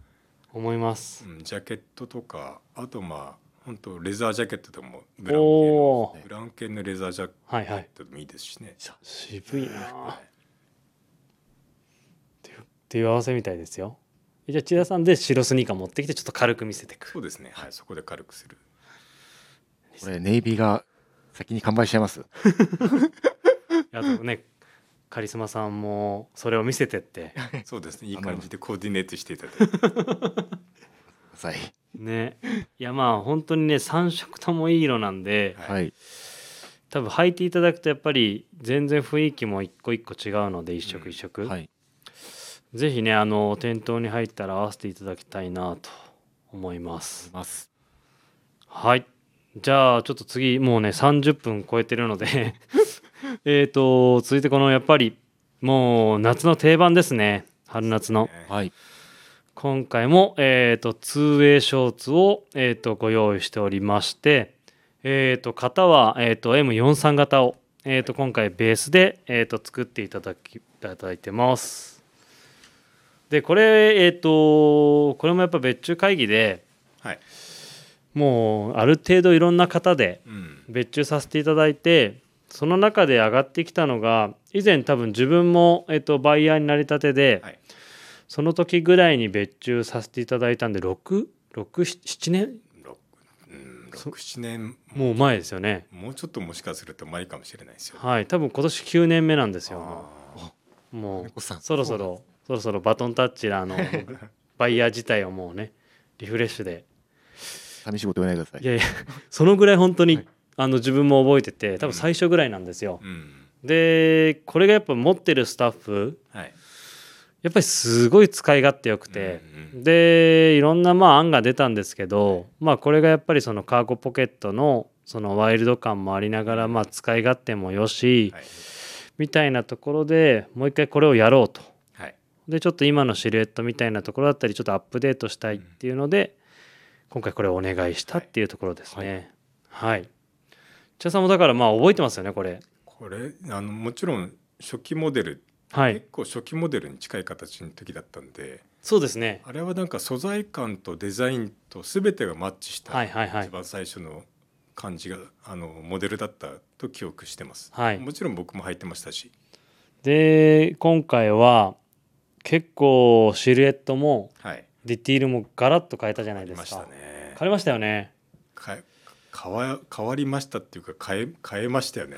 S1: 思います
S3: うん、ジャケットとかあとまあ本当レザージャケットでもブラウン系の
S1: おお
S2: ね
S3: ブラウン系のレザージャケ
S1: はいはい
S3: ットでもいいですしね、
S1: 渋いなっ
S3: はい
S1: ていう合わせみたいですよじゃあ千田さんで白スニーカー持ってきてちょっと軽く見せて
S3: そ
S1: く
S3: うですねはいそこで軽くする
S2: これネイビーが先に完売しちゃいます。
S1: あとねカリスマさんもそれを見せてって
S3: そうですねいい
S2: あの
S3: 感じでコーディネートしていただいて
S2: はい。
S1: ねいやまあ本当にね3色ともいい色なんで
S3: はい
S2: はい。
S1: 多分履いていただくとやっぱり全然雰囲気も一個一個違うので一色一色、
S2: はい。
S1: ぜひねあの店頭に入ったら合わせていただきたいなと思います
S2: ます。
S1: はい。じゃあちょっと次もうね30分超えてるのでえっと続いてこのやっぱりもう夏の定番ですね春夏の、
S3: ね
S2: はい。
S1: 今回もえっ、と 2way ショーツをえっ、とご用意しておりましてえっ、と型はえっ、と M43 型をえっ、と今回ベースでえっ、と作っていただきいただいてますでこれえっ、とこれもやっぱ別注会議で
S3: はい
S1: もうある程度いろんな型で
S3: うん
S1: 別注させていただいてその中で上がってきたのが以前多分自分も、えっと、バイヤーになりたてで、
S3: はい
S1: その時ぐらいに別注させていただいたんで667年
S3: 六うん六七年
S1: もう前ですよね
S3: もうちょっともしかすると前かもしれないですよ
S1: はい多分今年9年目なんですよ
S3: あ
S1: もう
S2: 猫さん
S1: そろそろそろそろバトンタッチ あのバイヤー自体をもうねリフレッシュで
S2: 寂しいこと言わないでくだ
S1: い
S2: さい。
S1: やいやそのぐらい本当に、あの自分も覚えてて多分最初ぐらいなんですよ
S3: ー、うん
S1: でこれがやっぱ持ってるスタッフ
S3: はい
S1: やっぱりすごい使い勝手よくて、
S3: うんうん
S1: でいろんなまあ案が出たんですけど、まあこれがやっぱりそのカーゴポケットのそのワイルド感もありながらまあ使い勝手もよし、
S3: はい
S1: みたいなところでもう一回これをやろうと
S3: はい
S1: でちょっと今のシルエットみたいなところだったりちょっとアップデートしたいっていうので、今回これをお願いしたっていうところですねはい、千田さんもだからまあ覚えてますよねこれ
S3: これあのもちろん初期モデル、
S1: はい
S3: 結構初期モデルに近い形の時だったんで
S1: そうですね
S3: あれはなんか素材感とデザインと全てがマッチした、
S1: はいはいはい
S3: 一番最初の感じがあのモデルだったと記憶してます、
S1: はい
S3: もちろん僕も履いてましたし、
S1: で今回は結構シルエットも
S3: はい、
S1: ディティールもガラッと変えたじゃない
S3: あり
S1: で
S3: ますした
S1: か。
S3: ね
S1: 変えましたよね。
S3: かえ変わ変わりましたっていうか変え変えましたよね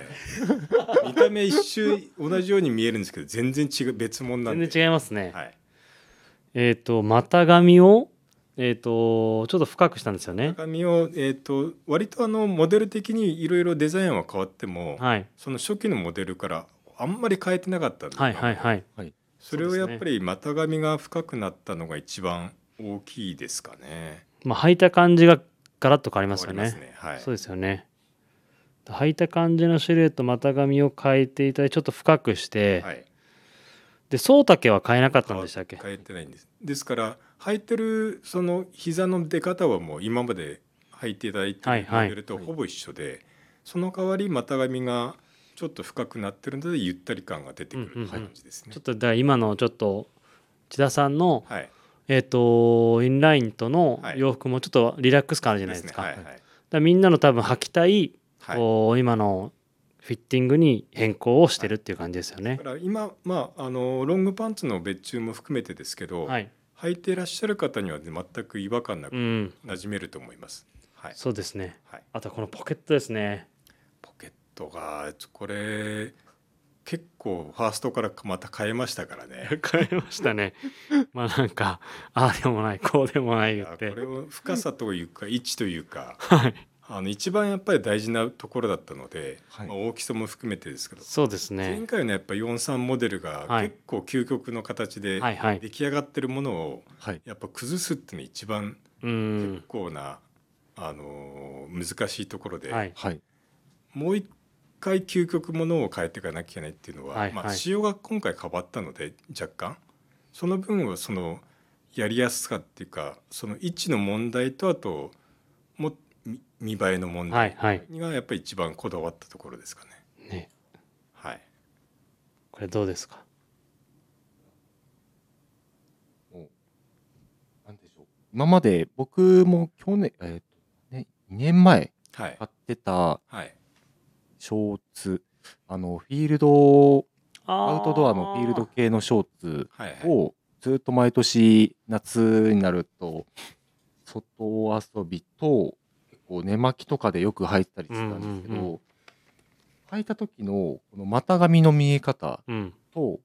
S3: 見た目一周同じように見えるんですけど全然違う別物なんで
S1: 全然違いますね。
S3: はい、
S1: えっ、と股髪をえっ、とちょっと深くしたんですよね。
S3: 髪を、えー、と割とあのモデル的にいろいろデザインは変わっても、
S1: はい
S3: その初期のモデルからあんまり変えてなかったんで、
S1: はいはいはい。
S3: それをやっ
S1: そう
S3: ぱ
S1: で
S3: り股髪が深くなったのが一番大きいですかね。
S1: まあ履いた感じがガラッと変わりますよ
S3: 変わ
S1: ね。
S3: りますねはい。
S1: そうですよね。履いた感じのシルエット股上を変えていただいてちょっと深くして、
S3: はい、
S1: で宗竹は変えなかったんでしたっけ
S3: 変えてないんですですから履いてるその膝の出方はもう今まで履いていただいて
S1: はい
S3: る
S1: はい
S3: レベルとほぼ一緒で、その代わり股上がちょっと深くなってるのでゆったり感が出てく
S1: うんうんう
S3: る
S1: ん
S3: 感じですね、
S1: ちょっとだから今のちょっと千田さんの、
S3: はい
S1: えっ、とインラインとの
S3: はい
S1: 洋服もちょっとリラックス感あるじゃないですか,、
S3: ね
S1: だか
S3: はい
S1: らみんなの多分履きたい、
S3: はいはい
S1: こう今のフィッティングに変更をしてるっていう感じですよね
S3: だか。ら今まああのロングパンツの別注も含めてですけど、
S1: はい、
S3: 履いていらっしゃる方には全く違和感な
S1: う
S3: く
S1: ん、
S3: 馴染めると思います、はい
S1: そうですね。
S3: はい、
S1: あとこのポケットです ね。
S3: ポケットがこれ結構ファーストからまた変えましたか らね
S1: 変えましたね。まあなんかああでもないこうでもない言っ
S3: あこ
S1: て。
S3: れを深さというか位置というか
S1: はい、
S3: あの一番やっぱり大事なところだったので、
S2: はい
S3: まあ、大きさも含めてですけど、
S1: そうです
S3: 前
S1: ね。
S3: 回のやっぱ43モデルが
S1: はい
S3: 結構究極の形で
S1: はいはい。
S3: 出来上がってるものを
S2: はい。
S3: やっぱ崩すっていうのが一番
S1: う
S3: 結
S1: ん。
S3: 構な、あのー難しいところで、
S1: はい。
S2: はい。
S3: もう一回究極ものを変えていかなきゃいけないっていうのは、
S1: はい
S3: ま
S1: は
S3: あ、
S1: い
S3: 仕様が今回変わったので若干その分はそのやりやすさっていうかその位置の問題とあともみ見栄えの問
S1: はい
S3: 題
S1: はい。
S3: がやっぱり一番こだわったところですかね。
S1: ね、
S3: はい、
S1: これどうですか。
S2: なんでしょう。今まで僕も去年、えーとね、2年前
S3: はい
S2: 買ってた
S3: はい
S2: ショーツ、あの、フィールド、アウトドアのフィールド系のショーツ
S3: はいはい
S2: をずっと毎年夏になると、外遊びと、こう寝巻きとかでよく履いてたりしてたんですけど、
S1: うんうん
S2: 履いた時のこの股上の見え方
S1: うん。
S2: と、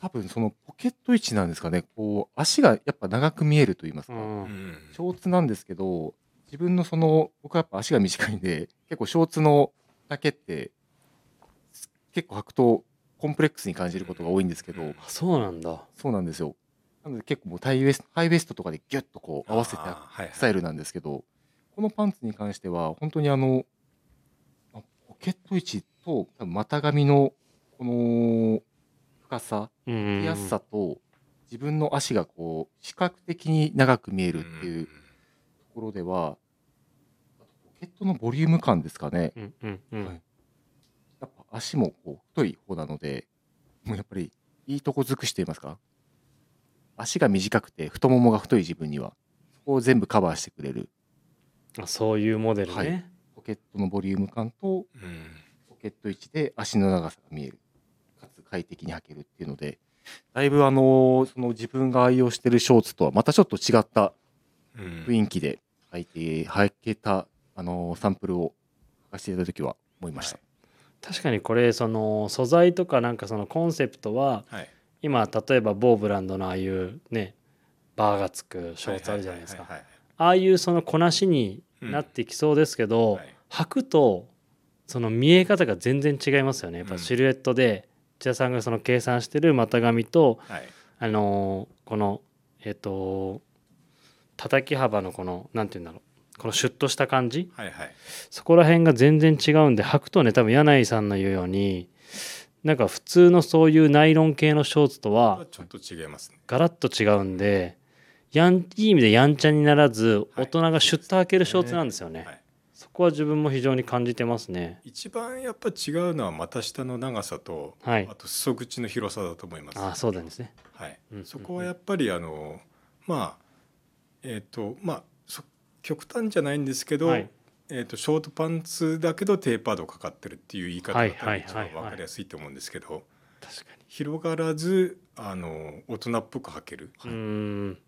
S2: 多分そのポケット位置なんですかね、こう足がやっぱ長く見えると言います
S1: う
S2: か、
S1: ん。
S3: うん
S2: ショーツなんですけど、自分のその、僕はやっぱ足が短いんで、結構ショーツの丈って、結構履くとコンプレックスに感じることが多いんですけど、
S3: うん
S1: あそうなんだ。
S2: そうなんですよ。なので結構もうタイウエスハイウエストとかでギュッとこう合わせ
S3: あ
S2: た
S3: ーはいはい
S2: スタイルなんですけど、このパンツに関しては本当にあの、あポケット位置と多分股上のこの深さ、
S1: うんうんうん。
S2: 着やすさと自分の足がこう視覚的に長く見えるっていうところでは、ポケットのボリューム感ですかね。
S1: うんうんう
S2: は
S1: ん
S2: い。やっぱ足もこう太い方なので、もうやっぱりいいとこ尽くしと言いますか、足が短くて太ももが太い自分には、そこを全部カバーしてくれる
S1: あそういうモデル
S2: は
S1: ね
S2: い。ポケットのボリューム感と
S3: うんうん
S2: ポケット位置で足の長さが見える、かつ快適に履けるっていうので、だいぶあのその自分が愛用してるショーツとはまたちょっと違った
S3: うん
S2: 雰囲気で履いて、履けたあのサンプルを履かせていただいた時は思いました。
S1: 確かにこれその素材とかなんかそのコンセプトは
S3: はい
S1: 今例えば某ブランドのああいうねバーがつくショーツあるじゃないですか
S3: は。はい
S1: ああいうそのこなしになってきそうですけど、
S3: はい
S1: 履くとその見え方が全然違いますよねやっぱシルエットで、千田さんがその計算してる股上と
S3: はい
S1: あのーこのえっ、と叩き幅のこのなんて言うんだろうこのシュッとした感じ
S3: はいはい
S1: そこら辺が全然違うんで履くとね多分柳井さんの言うようになんか普通のそういうナイロン系のショーツとは
S3: ちょっと違いますね
S1: ガラッと違うんでやんいい意味でやんちゃにならず
S3: は
S1: 大
S3: い
S1: 人がシュッと履けるショーツなんですよね、
S3: はい
S1: そこは自分も非常に感じてますね
S3: 一番やっぱ違うのは股下の長さと、
S1: はい
S3: あと裾口の広さだと思います。
S1: ああそうなんですね
S3: はい
S1: うんうんうん
S3: そこはやっぱりあのまあえっ、とまあそ極端じゃないんですけど、
S1: はい
S3: えっ、とショートパンツだけどテーパードかかってるっていう言い方
S1: は
S3: が
S1: い
S3: 多分
S1: はい
S3: 一
S1: はい
S3: 番わかりやすいと思うんですけど、
S1: 確か
S3: 広がらずあの大人っぽく履ける。
S1: にうーん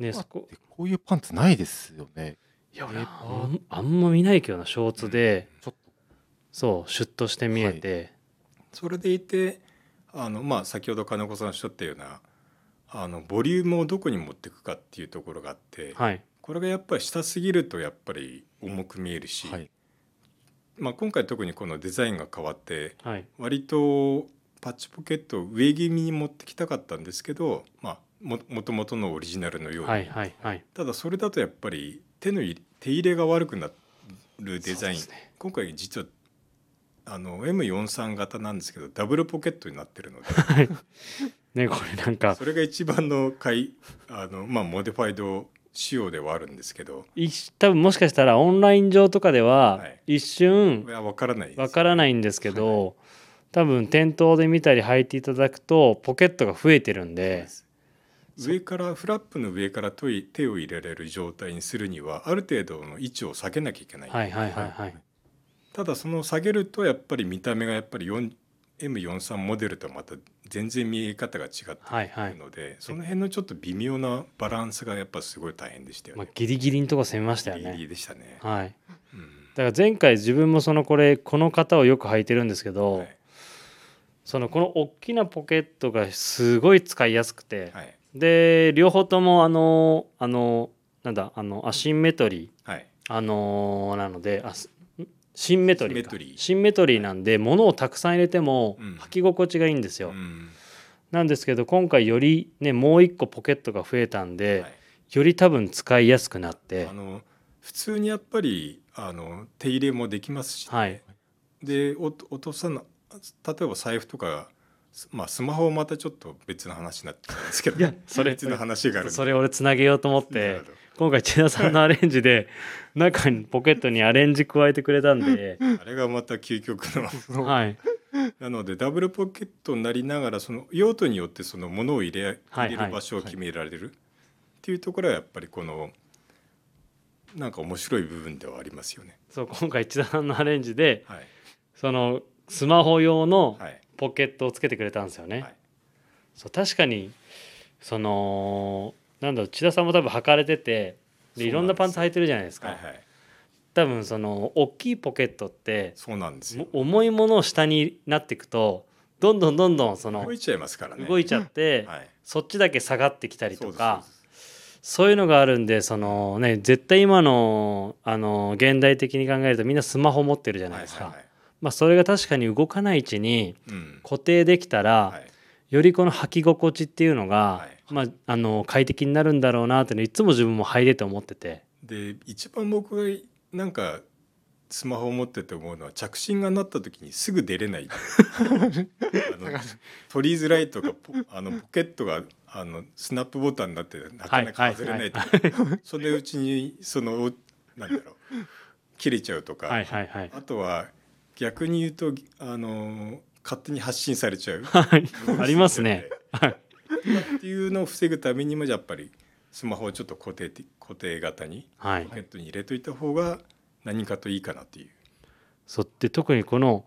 S1: ねそこ
S2: でこういうパンツないですよね。
S1: いや
S2: ペ
S1: 俺
S2: ー
S1: あ
S2: パー
S1: んあんま見ないけどなショーツで、
S2: ちょっと
S1: そうシュッとして見えて、
S3: それでいてあの、まあ、先ほど金子さんおっしゃったようなあのボリュームをどこに持っていくかっていうところがあって、
S1: はい
S3: これがやっぱり下すぎるとやっぱり重く見えるし、
S2: はい
S3: まあ、今回特にこのデザインが変わって
S1: はい
S3: 割とパッチポケットを上気味に持ってきたかったんですけど、まあ、ももともとのオリジナルのように、
S1: はいはいはい
S3: ただそれだとやっぱり手の入れ手入れが悪くなるデザイン、
S1: そうですね
S3: 今回実はあの M43 型なんですけどダブルポケットになってるの で
S1: ねこれなんか
S3: それが一番の買いあの、まあ、モディファイド仕様ではあるんですけど
S1: い多分もしかしたらオンライン上とかでは
S3: はい
S1: 一瞬
S3: これは分からないです
S1: わからないんですけど多分店頭で見たり履いていただくとポケットが増えてるんで
S3: 上からフラップの上から手い手を入れられる状態にするにはある程度の位置を下げなきゃいけない、
S1: はいはいはいはい
S3: ただその下げるとやっぱり見た目がやっぱり 4- M43 モデルとはまた全然見え方が違って
S1: はいは
S3: くる
S1: い、
S3: ので、その辺のちょっと微妙なバランスがやっぱすごい大変でしたよ
S1: まあ
S3: ね。、
S1: ギリギリのとこ攻めましたよ
S3: ギリギ
S1: ね
S3: リでしたね。
S1: はい
S3: うん
S1: だから前回自分もそのこれこの型をよく履いてるんですけど、
S3: はい
S1: そのこの大きなポケットがすごい使いやすくて、
S3: はい
S1: で両方ともあのあのなんだあのアシンメトリー
S3: はい
S1: あのーなのであすんシンメトリーか
S3: シンメトリー
S1: シンメトリーなんで物をたくさん入れても
S3: うん
S1: 履き心地がいいんですよ、
S3: うん
S1: なんですけど今回よりねもう一個ポケットが増えたんで、
S3: はい
S1: より多分使いやすくなって
S3: あの普通にやっぱりあの手入れもできますし、
S1: はい
S3: でお落とさな例えば財布とかすまあスマホはまたちょっと別の話になってきたんですけど、
S1: それ
S3: 別の話があるんで
S1: それ俺つなげようと思っ
S3: なる
S1: て
S3: ほど
S1: 今回千田さんのアレンジ で中にポケットにアレンジ加えてくれたんで、
S3: あれがまた究極の
S1: はい、
S3: なのでダブルポケットになりながらその用途によってそのものを入れ
S1: はい
S3: 入れる場所を決められる、っていうところはやっぱりこのなんか面白い部分ではありますよね。
S1: そう今回千田さんのアレンジで
S3: はい
S1: そのスマホ用の
S3: はい
S1: ポケットをつけてくれたんですよね、
S3: はい
S1: そう確かにそのなんだろう千田さんも多分履かれててでいろんなパンツ履いてるじゃないですか、
S3: はいはい
S1: 多分その大きいポケットって
S3: そうなんです
S1: も
S3: よ。
S1: 重いものを下になっていくとどんどんどんどんその
S3: 動いちゃいますからね。
S1: 動いちゃって、
S3: はい
S1: そっちだけ下がってきたり
S3: そ
S1: と
S3: うです
S1: か
S3: そうです
S1: そういうのがあるんでそのね絶対今のあの現代的に考えるとみんなスマホ持ってるじゃないですか、
S3: はいはいはい
S1: まあ、それが確かに動かない位置に
S3: うん
S1: 固定できたら、
S3: はい
S1: よりこの履き心地っていうのが、
S3: はい
S1: まあ、あの快適になるんだろうなっていうのいつも自分も履いてて思ってて
S3: で一番僕がなんかスマホを持ってて思うのは着信が鳴った時にすぐ出れないあの取りづらいとかポあのポケットがあのスナップボタンになってなかな
S1: は
S3: か
S1: い
S3: 外れないとか、 そのうちにそのなんだろう切れちゃうとか、
S1: はいはいはい
S3: あとは逆に言うとあの勝手に発信されちゃう
S1: あります ね。
S3: っていうのを防ぐためにもやっぱりスマホをちょっと固定て固定型に。
S1: はい
S3: ポケットに入れといた方が何かといいかなっていう。
S1: そうで特にこの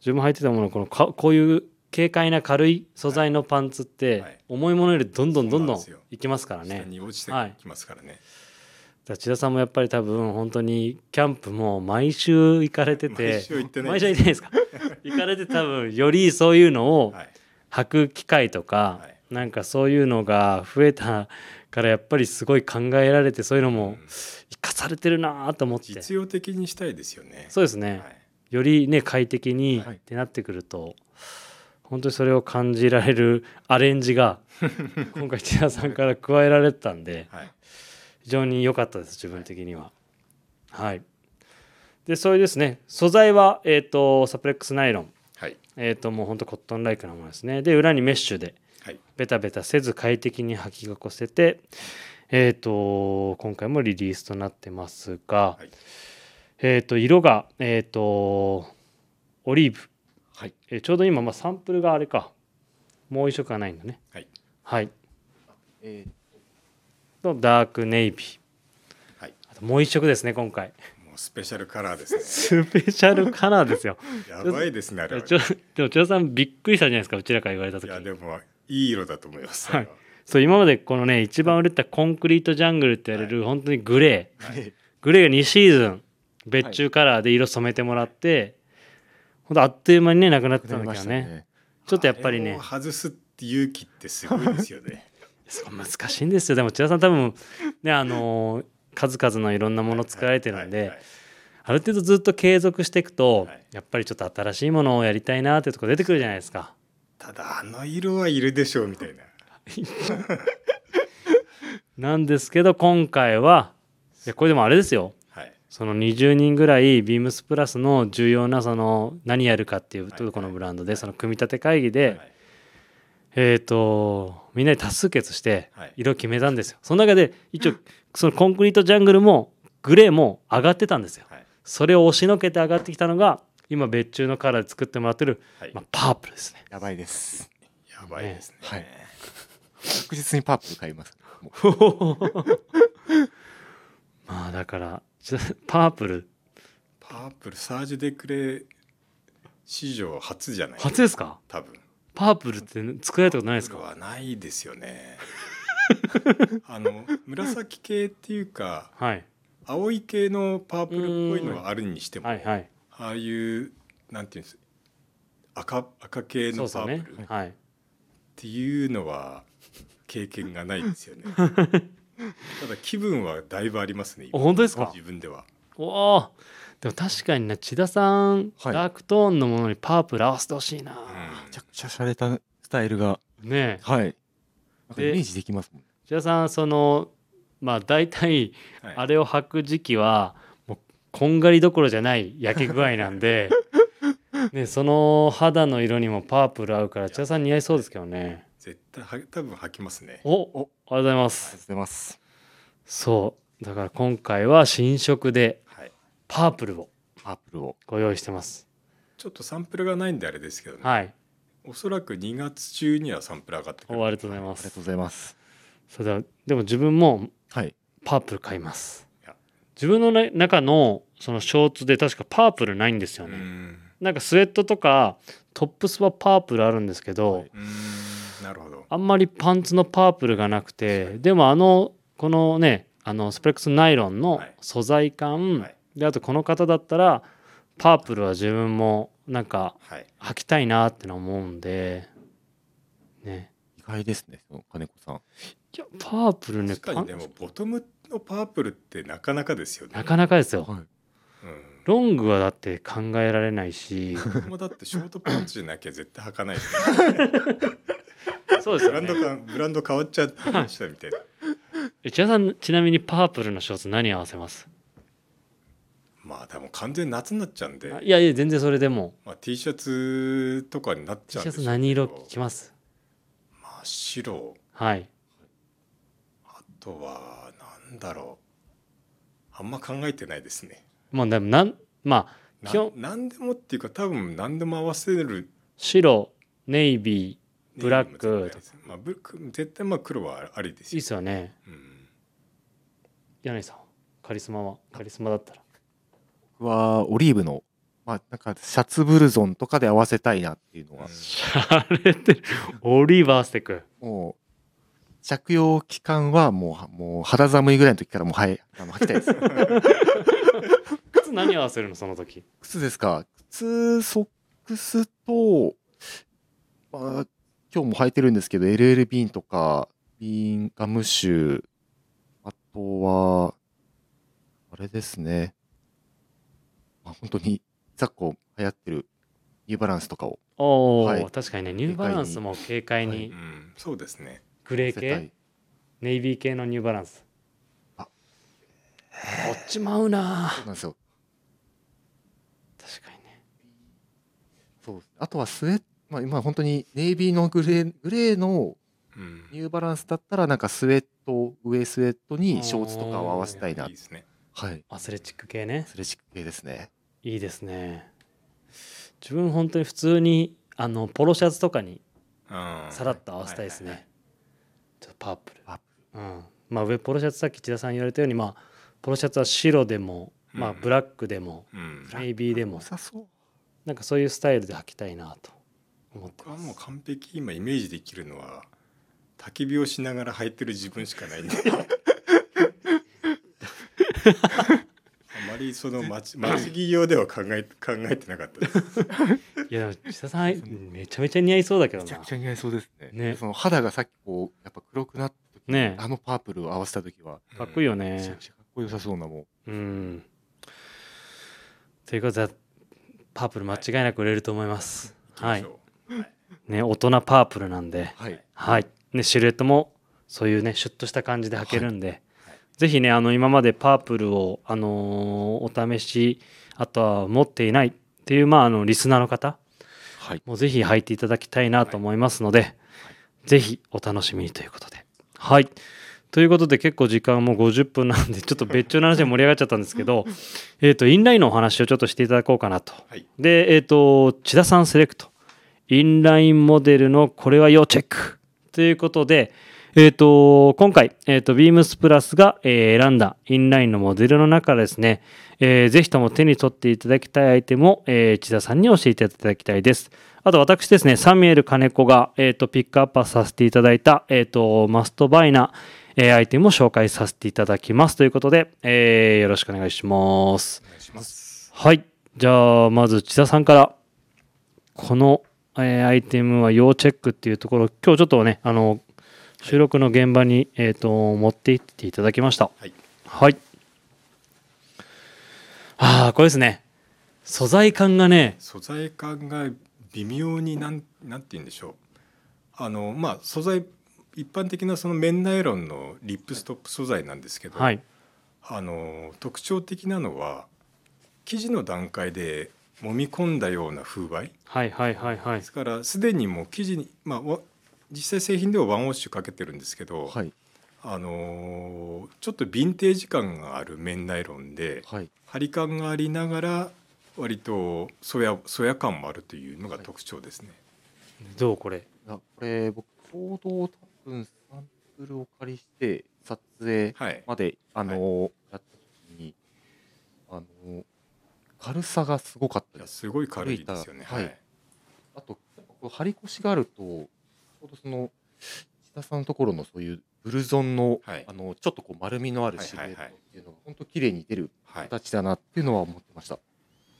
S1: 自分履いてたものこのかこういう軽快な軽い素材のパンツって、
S3: はい
S1: 重いものよりどんどんどんどん
S3: そうなんですよ
S1: いきますからね
S3: 下に落ちて
S1: はい
S3: きますからね。
S1: だから千田さんもやっぱり多分本当にキャンプも毎週行かれてて
S3: 毎週行ってない
S1: 毎週行ってないですか行かれて多分よりそういうのを
S3: はい。
S1: 履く機会とか、
S3: はい
S1: なんかそういうのが増えたからやっぱりすごい考えられてそういうの
S3: う
S1: も
S3: ん
S1: 生かされてるなと思って
S3: 実用的にしたいですよね。
S1: そうですね、
S3: はい。
S1: よりね快適に
S2: はい
S1: ってなってくると、本当にそれを感じられるアレンジ が今回千田さんから加えられてたんで
S3: はい。
S1: 非常に良かったです自分的には。はい、でそれですね素材は、えー、とサプレックスナイロン、
S3: はい。
S1: えー、ともう本当コットンライクなものですねで裏にメッシュで
S3: はい。
S1: ベタベタせず快適に履きがこせて、えー、と今回もリリースとなってますが、
S3: はい
S1: えー、と色が、えー、とオリーブ、
S2: はい
S1: えーちょうど今、まあ、サンプルがあれかもう一色はないんだね
S3: はい。
S1: はい
S2: えー
S1: のダークネイビー
S3: はい。
S1: あともう一色ですね今回
S3: もうスペシャルカラーです
S1: スペシャルカラー ですよ
S3: ね。やばいですね。あれは。
S1: ちょでも千代さんびっくりしたんじゃないですかうちらから言われた
S3: い
S1: 時
S3: や、でも、いい色だと思います。
S1: はいそう今までこのね一番売れてたコンクリートジャングルって言われる、本当にグレー、
S2: はい
S1: グレーが2シーズン別注カラーで色染めてもらって、本当あっという間にねなくなってたんだけどねちょっとやっぱり
S3: あれ
S1: ね
S3: を外すって勇気ってすごいですよね。
S1: そう難しいんですよでも千田さん多分ねあのー数々のいろんなもの作られてるん
S3: はいは
S1: で
S3: い
S1: ある程度ずっと継続していくと、
S3: はい
S1: やっぱりちょっと新しいものをやりたいなってとこ出てくるじゃないですか
S3: ただ、あの色はいるでしょうみたいな。
S1: なんですけど今回はいやこれでもあれですよ
S3: はい。
S1: そその20人ぐらいビームスプラスの重要なその何やるかっていうとこのブランドでその組み立て会議で
S3: はい
S1: えっとみんなで多数決して
S3: はい
S1: 色決めたんですよその中で一応そのコンクリートジャングルもグレーも上がってたんですよ
S3: はい
S1: それを押しのけて上がってきたのが今別注のカラーで作ってもらってる、
S3: はい
S1: まあ、パープルです ね
S2: やばいです。
S3: やばいですね
S2: はい確実にパープル買います。もう
S1: まあだから ちょパープル
S3: パープルサージュ・デクレ史上初じゃない
S1: 初ですか
S3: 多分
S1: パープルって作られたことないです
S3: それ
S1: か
S3: はないですよね あの紫系っていうか
S1: はい
S3: 青い系のパープルっぽいのはあるにしても、
S1: はいはい
S3: ああいうなんていうんです赤赤系
S1: そ
S3: の
S1: うそ
S3: パ
S1: う
S3: ー
S1: ね
S3: プルっ
S1: はい
S3: ていうのは経験がないんですよ ねただ気分はだいぶありますね
S1: お本当ですか
S3: 自分では
S1: おおーでも確かにな千田さん、
S2: はい
S1: ダークトーンのものにパープル合わせてほしいな、
S2: めちゃくちゃ洒落たスタイルが。
S1: ねえ
S2: はい。なんか
S1: で
S2: イメージできますもん。
S1: 千田さんそのまあ大体
S3: うんはい
S1: あれを履く時期はもうこんがりどころじゃない焼け具合なんでねその肌の色にもパープル合うから千田さん似合いそうですけどね
S3: 絶対は多分履きますね
S1: おおありがとうございま
S2: ありがと
S1: す
S2: うございます。
S1: そうだから今回は新色で
S3: はい
S1: パープルを
S2: パープルを。
S1: ご用意してます
S3: ちょっとサンプルがないんであれですけどね、
S1: はい
S3: おそらく2月中にはサンプル上がってく
S1: おあ
S3: る
S1: りがとうございま
S2: ありがと
S1: す
S2: うございます。
S1: それではでも自分も
S2: はい。
S1: パープル買います
S3: いや
S1: 自分のな中のそのショーツで確かパープルないんです
S3: う
S1: よね、
S3: ん
S1: なんかスウェットとかトップスはパープルあるんですけど、
S3: うーんなるほど
S1: あんまりパンツのパープルがなくてでもあのこのねあのスプレックスナイロンの
S3: はい
S1: 素材感、
S3: はい
S1: であとこの方だったらパープルは自分もなんか
S3: はい
S1: 履きたいなってのは思うんでね
S2: 意外ですね。その金子さん。
S1: いやパープルね
S3: 確か
S1: パン
S3: にでもボトムのパープルってなかなかですよね
S1: なかなかですよ
S2: はい。
S3: うん
S1: ロングはだって考えられない し
S3: 僕もだってショートパンツじゃなきゃ絶対履かないですね
S1: そうです
S3: ブ
S1: よ
S3: ラン ド
S1: ね
S3: 感ブランド変わっちゃいましたみたいな
S1: 内田さんちなみにパープルのショーツ何合わせます
S3: まあでも完全に夏になっちゃうんで
S1: あ、いやいや全然それでも
S3: まあ、T シャツとかになっち
S1: T
S3: ゃう
S1: シャ
S3: んでしょうけ
S1: ツ
S3: ど
S1: 何色着ます
S3: まあ白
S1: はい
S3: あとはなんだろうあんま考えてないですね
S1: もうでもなんまあ
S3: な
S1: 基本
S3: 何でもっていうか多分何でも合わせる
S1: 白ネイビブラック
S3: ネイビーも絶対ですまあ、ブルック絶対まあ黒はありで
S1: ーい
S3: す
S1: い
S3: よ
S1: っすよね
S3: うん
S1: 柳井さんカリスマはカリスマだ ったら
S2: 僕はオリーブの。まあ、なんかシャツブルゾンとかで合わせたいなっていうのは、
S1: あれってるオリバーステク
S2: もう。着用期間はもうは、もう肌寒いぐらいの時からもう、はい、あの履きたいです。
S1: 靴何合わせるのその時
S2: 靴ですか靴ソックスと、まあ、今日も履いてるんですけど LL ビーンとかビーンガムシューあとはあれですね、まあ、本当に昨今流行ってるニューバランスとかを
S1: おお、
S2: はい
S1: 確かにねニューバランスも軽快
S2: は
S1: に
S2: い
S3: うん、そうですね
S1: グレー
S2: 絶
S1: 系、
S2: 対
S1: ネイビー系のニューバランス
S2: あ
S1: こっちも合うな
S2: そうなんですよ
S1: 確かにね
S2: そうですあとはスウェット、まあ、今本当にネイビーのグレーグレーの
S3: うん
S2: ニューバランスだったらなんかスウェット上スウェットにショーツとかを合わせたいない
S3: いですね
S2: はい
S1: アスレチック系ね
S2: アスレチック系ですね
S1: いいですね自分本当に普通にあのポロシャツとかに
S3: うん
S1: さらっと合わせたいですね、
S3: はは
S1: ちょっとパープル
S2: パープ
S1: うん、まあ上ポロシャツさっき千田さん言われたようにまあポロシャツは白でも、まあ、
S3: うん
S1: ブラックでも、
S3: いはいうん
S1: ネイビーでも
S2: 良さそう
S1: なんかそういうスタイルで履きたいなと思って
S3: 僕は
S1: ま
S3: もう
S1: す
S3: 完璧今イメージできるのは焚き火をしながら履いてる自分しかないんであまりその 待ち待ち着用では考え考えてなかったです
S1: いやでも千田さんめちゃめちゃ似合いそうだけど
S2: めちゃ
S1: な
S2: くちゃ似合いそうですね。
S1: ね
S2: その肌がさっきこうやっぱ黒くなった時に
S1: ねえ
S2: あのパープルを合わせた時は、
S1: かっこいいよ
S2: めちゃ
S1: ね
S2: くちゃかっこよさそうなもん。
S1: うんということでパープル間違いなく売れると思います
S3: は
S1: はいい、ね、大人パープルなんで
S2: はい。
S1: はい、ね、シルエットもそういうねシュッとした感じで履けるんで、ぜひね、あの、今までパープルを、あのーお試し、あとは持っていないっていう、まあ、あの、リスナーの方、
S2: はい。
S1: もうぜひ履いていただきたいなと思いますので、ぜひお楽しみにということで。はい。ということで結構時間も50分なんで、ちょっと別注の話で盛り上がっちゃったんですけど、えっと、インラインのお話をちょっとしていただこうかなと。
S3: はい
S1: で、えっ、と、千田さんセレクト。インラインモデルのこれは要チェック。ということで、えっ、と、今回、えっ、と、ビームスプラスが、えー選んだインラインのモデルの中からですね、えーぜひとも手に取っていただきたいアイテムを、えー千田さんに教えていただきたいです。あと私ですね、サミュエル金子が、えっ、と、ピックアップさせていただいた、えっ、と、マストバイな、えーアイテムを紹介させていただきます。ということで、えーよろしくお願いします。
S3: お願いします。
S1: はい。じゃあ、まず千田さんから、この、えーアイテムは要チェックっていうところ、今日ちょっとね、あの、収録の現場に、えっ、と、持って行っていただきました。
S3: はい。
S1: はい。ああ、これですね。素材感がね、
S3: 素材感が微妙になんなんて言うんでしょうあのまあ素材一般的なその綿ナイロンのリップストップ素材なんですけど、
S1: はい。
S3: あの特徴的なのは生地の段階で揉み込んだような風合い
S1: はいはいはいはい
S3: で。すからすでにもう生地に、まあ、わ実際製品ではワンウォッシュかけてるんですけど、
S2: はい。
S3: あのちょっとヴィンテージ感がある綿ナイロンで、
S2: はい。
S3: 張り感がありながら割とそやそや感もあるというのが特徴ですね。
S1: どうこれ。
S2: あこれ、僕、ちょうど多分サンプルをお借りして、撮影
S3: はい。
S2: まで、あのーやった時に、あのー軽さがすごかった
S3: い
S2: で
S3: や
S2: す。
S3: すごい軽いですよね。
S2: は
S3: はいい。
S2: あと、こう張り腰があると、ちょうどその、千田さんのところのそういうブルゾンの、
S3: はい
S2: あのちょっとこう丸みのある
S3: はい
S2: シルエット
S3: はいはい
S2: っていうのが、本当綺麗に出る
S3: はい。
S2: 形だなっていうのは思ってました。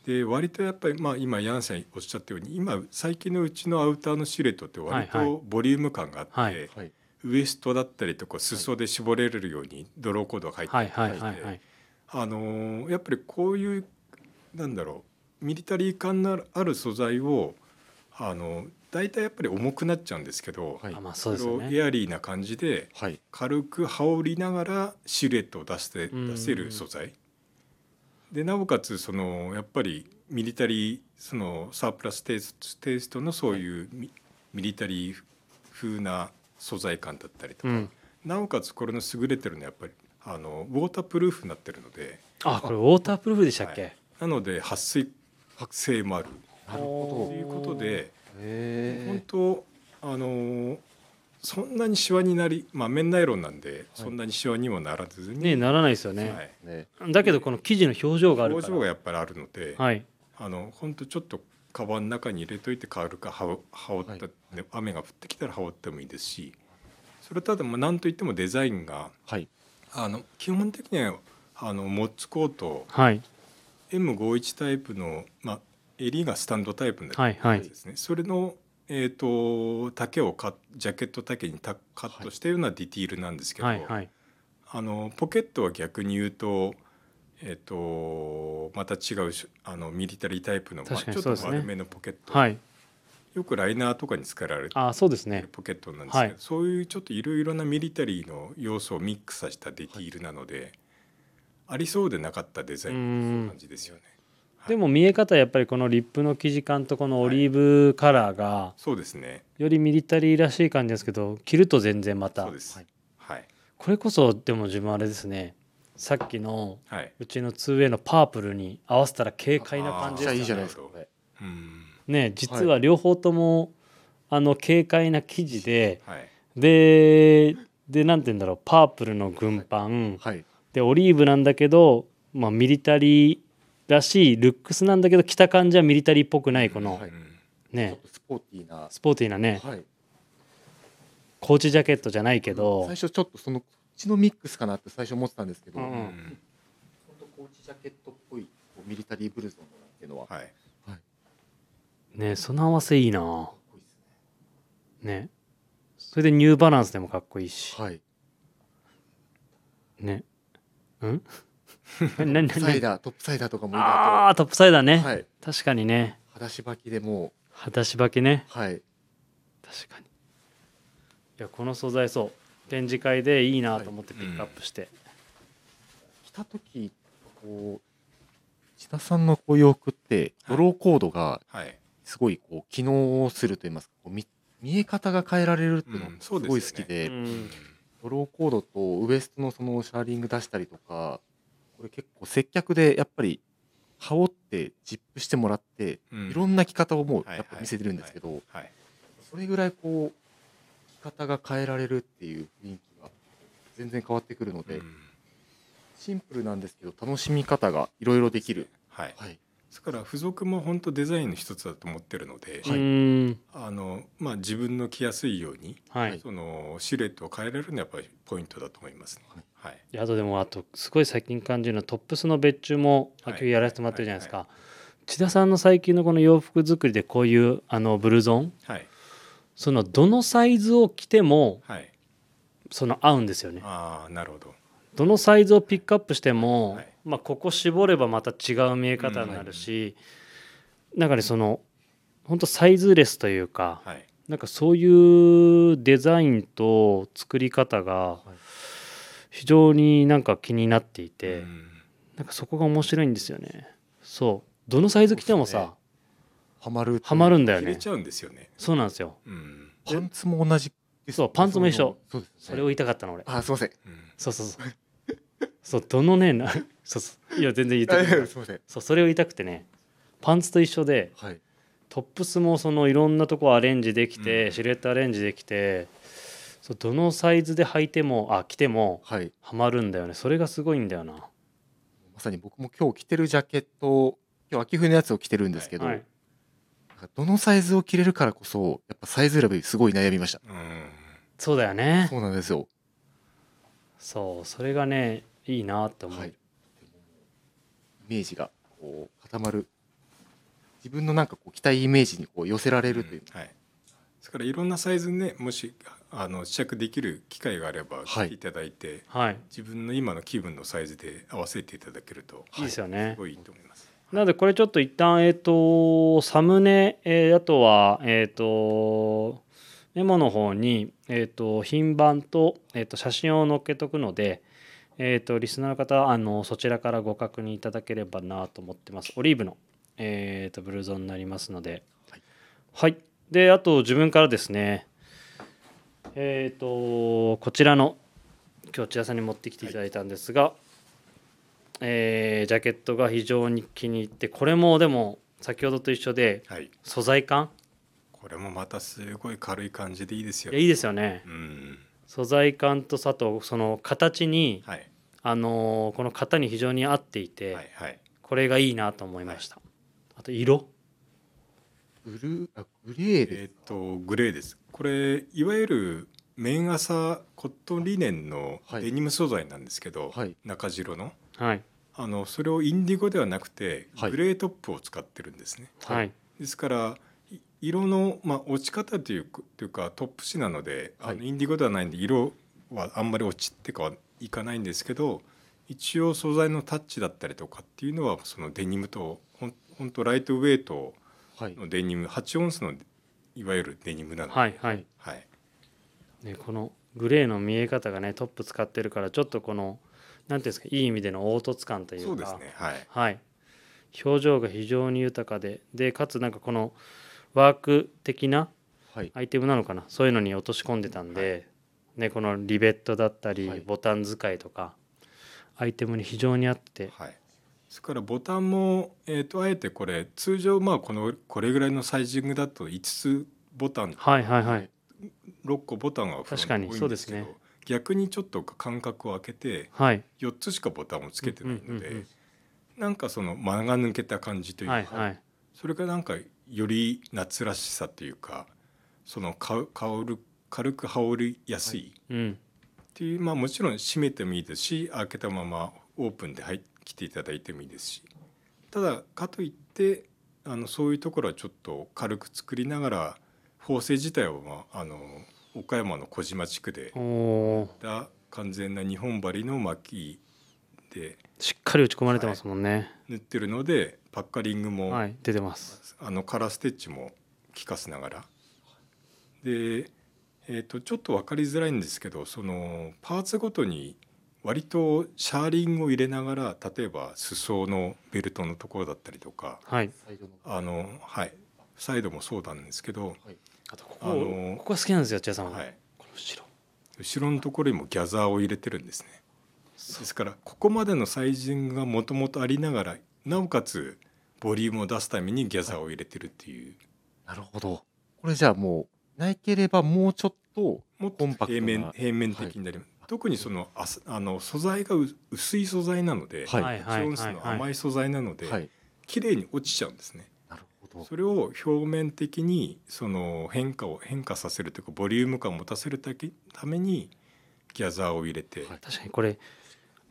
S3: で割とやっぱりまあ今柳さんおっしゃったように今最近のうちのアウターのシルエットって割
S1: はいは
S3: とボリューム感があって、
S1: はい
S2: はい。
S3: ウエストだったりとか裾で絞れるようにドローコードが入って
S1: はい
S3: た
S1: は
S3: り
S1: い
S3: と
S1: は
S3: か
S1: いは
S3: して
S1: い。
S3: あのーやっぱりこういうなんだろうミリタリー感のある素材をあの大体やっぱり重くなっちゃうんですけど、
S2: はい
S1: あ、まあ
S3: そ
S1: そう
S3: れ
S1: ですよ
S3: を
S1: ね。
S3: エアリーな感じで
S2: はい。
S3: 軽く羽織りながらシルエットを出して
S1: うん
S3: 出せる素材でなおかつそのやっぱりミリタリーそのサープラステイステイストのそういうミ,、ミリタリー風な素材感だったりと
S1: う
S3: か、
S1: ん。
S3: なおかつこれの優れてるのはやっぱりあのウォータープルーフになってるので
S1: あ、これウォータープルーフでしたっけ。
S3: なので撥水性もある
S2: なるほ
S3: と
S2: ど。
S3: いうことで。本
S2: へ
S3: 当あのーそんなにシワになりまあ綿ナイロンなんで、そんなにシワにもならずに、
S1: ね、ならないですよ
S3: は
S1: ね。
S3: い、
S2: え。ね。
S1: だけど、この生地の表情がある
S3: 表
S1: か
S3: 情が
S1: ら。
S3: やっぱりあるので、
S1: はい。
S3: あの本当ちょっとカバンの中に入れといて軽く羽織羽織った、ね雨が降ってきたら羽織ってもいいですしそれただまあ何といってもデザインが
S2: はい。
S3: あの基本的にはあのモッツコート
S1: はい。
S3: M51 タイプの、まあ、襟がスタンドタイプになって
S1: はいはい
S3: やつ。ですね、それの、えー、と丈をカッジャケット丈にタカットしたようなディティールなんですけど、
S1: はいはい。
S3: あのポケットは逆に言うと,、えー、とまた違うしあのミリタリータイプの、まあ
S1: 確かに
S3: ちょっ
S1: そう
S3: と
S1: ですね
S3: 丸めのポケット、
S1: はい。
S3: よくライナーとかに使われて
S1: あ、そうです
S3: る
S1: ね。
S3: ポケットなんですけど、
S1: はい
S3: そういうちょっといろいろなミリタリーの要素をミックスさせたディティールなので、ありそうでなかったデザインの感じですよね。
S1: でも見え方やっぱりこのリップの生地感とこのオリーブカラーが
S3: そうですね
S1: よりミリタリーらしい感じですけど着ると全然また
S3: そうです、
S2: はい
S3: はい
S1: これこそでも自分あれですねさっきの
S3: はい、
S1: うちの 2way のパープルに合わせたら軽快な感
S2: め
S1: じ
S2: っち
S1: です
S2: ゃいい
S1: ね
S2: じゃないですか。これ
S3: うん
S1: ね実は両方とも、あの軽快な生地で
S3: はい
S1: ででなんて言うんだろうパープルの軍パン、
S2: はい。
S1: でオリーブなんだけど、まあ、ミリタリーらしいルックスなんだけど着た感じはミリタリーっぽくないこの、
S2: はい
S3: うん
S2: ちょ
S1: ね
S2: っとスポーティーな。
S1: スポーティーなね、
S2: はい。
S1: コーチジャケットじゃないけど、
S2: 最初ちょっとその、こっちのミックスかなって最初思ってたんですけど。
S1: うんうん
S2: 本当コーチジャケットっぽいこうミリタリーブルゾンっていうのはかっ
S3: はい、
S1: ねその合わせいいな
S2: こいいです
S1: ねそれでニューバランスでもかっこいいし、
S2: ね。はい。
S1: ねうん 何何
S2: サイ
S1: 何
S2: ダー、トップサイダーとかもいい
S1: あ
S2: な
S1: あトップサイダーね、
S2: と。はい。
S1: 確かにね
S2: 裸足履きでも
S1: 裸足履きね
S2: う、はい。
S1: 確かにいやこの素材そう展示会でいいなと思ってピックアップして、
S2: た時こう千田さんのこう洋服ってドローコードが
S3: はい、
S2: すごいこう機能すると言いますかこう見見え方が変えられるっていうのが
S3: うん
S2: す
S3: そうですよ
S2: ご
S3: ね
S2: い好きで,、
S1: うん
S2: ドローコードとウエストのそのシャーリング出したりとかこれ結構接客でやっぱり羽織ってジップしてもらって、
S3: うん
S2: いろんな着方をもう
S3: はい
S2: やっぱ見せてるんですけど、
S3: はい、
S2: それぐらいこう着方が変えられるっていう雰囲気が全然変わってくるので、
S3: うん
S2: シンプルなんですけど楽しみ方がいろいろできる。
S3: はい、
S2: はい、
S3: ですから付属も本当デザインの一つだと思ってるので、
S2: はい
S1: うん
S3: あのまあ、自分の着やすいように
S1: はい、
S2: はい
S3: そのシルエットを変えられるのはやっぱりポイントだと思いますね。はい
S1: いやあとでもあとすごい最近感じるのはトップスの別注もあ
S3: はい
S1: 今日やらせてもらってるじゃないですか千田さんの最近のこの洋服作りでこういうあのブルゾン
S3: はい
S1: そのどのサイズを着ても
S3: はい、
S1: その合うんですよね
S3: ああなるほど。
S1: どのサイズをピックアップしても、
S3: はい
S1: まあ、ここ絞ればまた違う見え方になるし、なんかねその本当サイズレスというか、
S3: はい
S1: なんかそういうデザインと作り方が
S2: い
S1: 非常になんか気になっていて、
S3: うん
S1: なんかそこが面白いんですよねそうどのサイズ着ても
S2: そうで
S1: さ、
S2: はまる
S1: はまるんだよ
S3: 切れ
S1: ね
S3: ちゃうんですよね。
S1: そうなんですよ
S3: うん
S2: パンツも同じです
S1: そうパンツも一緒
S2: そうですね
S1: それを言いたかったの俺
S2: あすいません
S3: うん
S1: そうそうそうそうどのねなそうそういや全然言って
S2: あい
S1: く
S2: やい
S1: れな
S2: や
S1: い
S2: すいません
S1: そうそれを言いたくてねパンツと一緒で
S2: はい
S1: トップスもそのいろんなとこアレンジできて、
S3: うん
S1: シルエットアレンジできてそうどのサイズで履いてもあ着ても
S2: はい
S1: はまるんだよねそれがすごいんだよな
S2: まさに僕も今日着てるジャケット今日秋冬のやつを着てるんですけど、
S1: はい
S2: なんかどのサイズを着れるからこそやっぱサイズ選びすごい悩みました
S3: うん
S1: そうだよね
S2: そうなんですよ
S1: そうそれがねいいなって思う、
S2: はいイメージがこう固まる自分のなんかこう着たいイメージにこう寄せられるという、
S3: はい。ですからいろんなサイズねもしあの試着できる機会があれば
S2: は
S3: 来
S2: い
S3: ていただいて、
S1: はい、い
S3: 自分の今の気分のサイズで合わせていただけると、
S1: いですよね
S3: すごいいいと思います。
S1: なのでこれちょっと一旦えっ、とサムネ、えーあとはえっ、とメモの方に、えー、と品番と,、えー、と写真を載っけとくので、えー、とリスナーの方あのそちらからご確認いただければなと思ってますオリーブの、えー、とブルーゾンになりますので
S2: はい
S1: はい、であと自分からですねえっ、とこちらの今日千田さんに持ってきていただいたんですが、えージャケットが非常に気に入ってこれもでも先ほどと一緒で
S3: はい。
S1: 素材感
S3: これもまたすごい軽い感じでいいですよ
S1: いや。いいですよね
S3: うん。
S1: 素材感と佐藤その形に、
S3: はい。
S1: あのーこの型に非常に合っていて、
S3: はい。はい。
S1: これがいいなと思いました、あと色
S2: ブルーあグレーです、
S3: えーっとグレーです。これいわゆる綿麻コットンリネンの
S2: はい
S3: デニム素材なんですけど、
S2: はい
S3: 中白の
S1: はい
S3: あのそれをインディゴではなくて
S2: はい
S3: グレートップを使ってるんですね。
S1: はい
S3: ですからい色の、まあ、落ち方というかというかトップ紙なので、
S2: はい
S3: あのインディゴではないんで色はあんまり落ちてかはいかないんですけど一応素材のタッチだったりとかっていうのはそのデニムとほんほんとライトウェイト
S2: はい
S3: のデニム8オンスのいわゆるデニムなので、
S1: はいはい
S3: はい
S1: ね、このグレーの見え方がねトップ使ってるからちょっとこのなんていうんですかいい意味での凹凸感というか
S3: そうですねはい
S1: はい、表情が非常に豊かででかつなんかこのワーク的な
S2: はい
S1: アイテムなのかなそういうのに落とし込んでたんで、ね、このリベットだったり、
S2: はい
S1: ボタン使いとかアイテムに非常に合ってて
S3: はいそれからボタンも、えー、とあえてこれ通常まあこのこれぐらいのサイジングだと5つボタン
S1: はいはいはい
S3: 6個ボタンがフロント
S1: 確かに
S3: 多いん
S1: そうですね
S3: けど逆にちょっと間隔を空けて
S1: はい
S3: 4つしかボタンをつけてないの
S1: うんうんうんう
S3: で
S1: ん
S3: なんかその間が抜けた感じというか、
S1: はいはい
S3: それがなんかより夏らしさというかそのか香る軽く羽織りやすい
S1: うん
S3: っていう、まあもちろん閉めてもいいですし開けたままオープンで入っ来ていただいてもいいですしただかといってあのそういうところはちょっと軽く作りながら縫製自体は、まあ、あの岡山の小島地区で
S1: おお
S3: だ完全な日本針の巻きで
S1: しっかり打ち込まれてますもんね
S3: 縫ってるのでパッカリングも、
S1: はい、出てます
S3: あのカラーステッチも効かせながらで、えー、とちょっと分かりづらいんですけどそのパーツごとに割とシャーリングを入れながら例えば裾のベルトのところだったりとか
S1: はい。
S2: サイドの
S3: あのはいサイドもそうなんですけど、
S1: あとここ、
S3: あのー
S1: ここが好きなんですよ、千谷さんは。
S3: はい、
S1: この後ろ。
S3: 後ろのところにもギャザーを入れてるんですねですからここまでのサイジングがもともとありながらなおかつボリュームを出すためにギャザーを入れてるっていう、
S2: なるほど。これじゃあもう、ないければもうちょっと、
S3: もっと
S2: コンパクトな
S3: 平面平面的になります、特にそのあすあの素材がう薄い素材なので、
S2: はい
S1: はい
S3: シ
S1: は
S3: ョ
S1: い
S3: ーンス
S1: はい
S3: の
S1: は
S3: 甘
S1: い。
S3: い素材なので、
S2: はい。
S3: 綺麗に落ちちゃうんですね
S2: なるほど。
S3: それを表面的にその変化を変化させるというかボリューム感を持たせるだけためにギャザーを入れて、
S2: はい
S1: 確かにこれ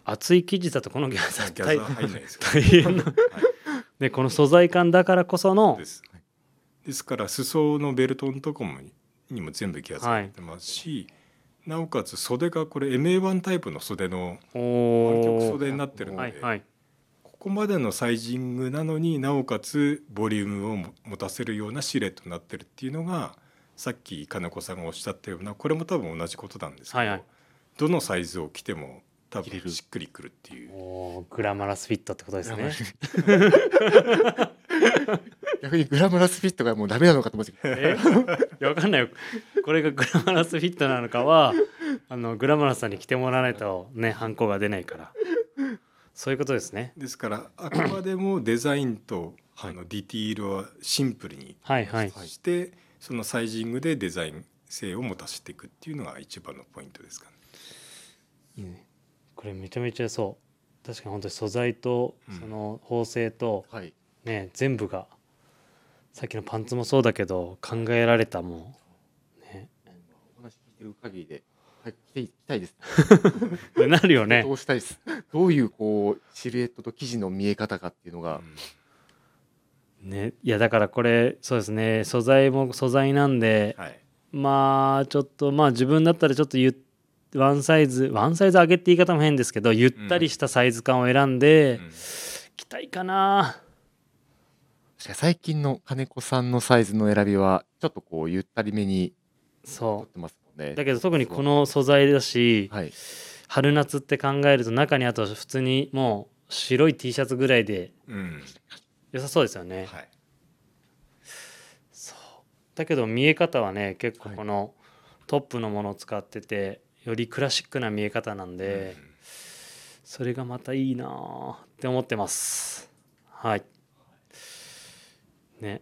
S1: 厚い生地だとこのギャザー
S3: ギャザ
S1: 大
S3: ー入んないですけ ど
S1: 大変な、
S3: はい
S1: ね、この素材感だからこその
S3: です。ですから裾のベルトのとこもににも全部ギアされてますし、なおかつ袖がこれ MA1 タイプの袖の
S1: お
S3: 反曲
S1: お
S3: 袖になってるので、
S1: はいはい
S3: ここまでのサイジングなのになおかつボリュームをも持たせるようなシルエットになってるっていうのがさっき金子さんがおっしゃったようなこれも多分同じことなんですけど、
S1: はいはい
S3: どのサイズを着ても多
S2: 着れる
S3: 分しっくりくるっていう。
S1: おーグラマラスフィットってことですね。
S2: 逆にグラムラスフィットがもうダメなのかと思って
S1: え いやわかんないよこれがグラマラスフィットなのかはあのグラマラスさんに着てもらわないとねハンコが出ないからそういうことですね。
S3: ですからあくまでもデザインと、あのディティールはシンプルに
S1: はいはい。
S3: して、そのサイジングでデザイン性を持たせていくっていうのが一番のポイントですかね。
S1: いいねこれめちゃめちゃそう確かに本当に素材と
S3: うん
S1: その縫製と
S2: はい。
S1: ね全部がさっきのパンツもそうだけど考えられたもんね
S2: お話聞いてる限りで、はい、来ていきたいです。
S1: って なるよね
S2: どうしたいです。どういうこうシルエットと生地の見え方かっていうのが、
S1: ねいやだからこれそうですね素材も素材なんで
S3: はい、
S1: まあちょっとまあ自分だったらちょっとゆっワンサイズワンサイズ上げって言い方も変ですけどゆったりしたサイズ感を選んで
S3: うん
S1: 着たいかな、
S2: 確かに最近の金子さんのサイズの選びはちょっとこうゆったりめに
S1: そ
S2: 取ってますもんね。
S1: うだけど特にこの素材だし、
S2: はい。
S1: 春夏って考えると中にあと普通にもう白い T シャツぐらいで
S3: うん、
S1: 良さそうですよね、
S3: はい、
S1: そうだけど見え方はね結構
S2: はい
S1: このトップのものを使っててよりクラシックな見え方なんで、それがまたいいなーって思ってますはいね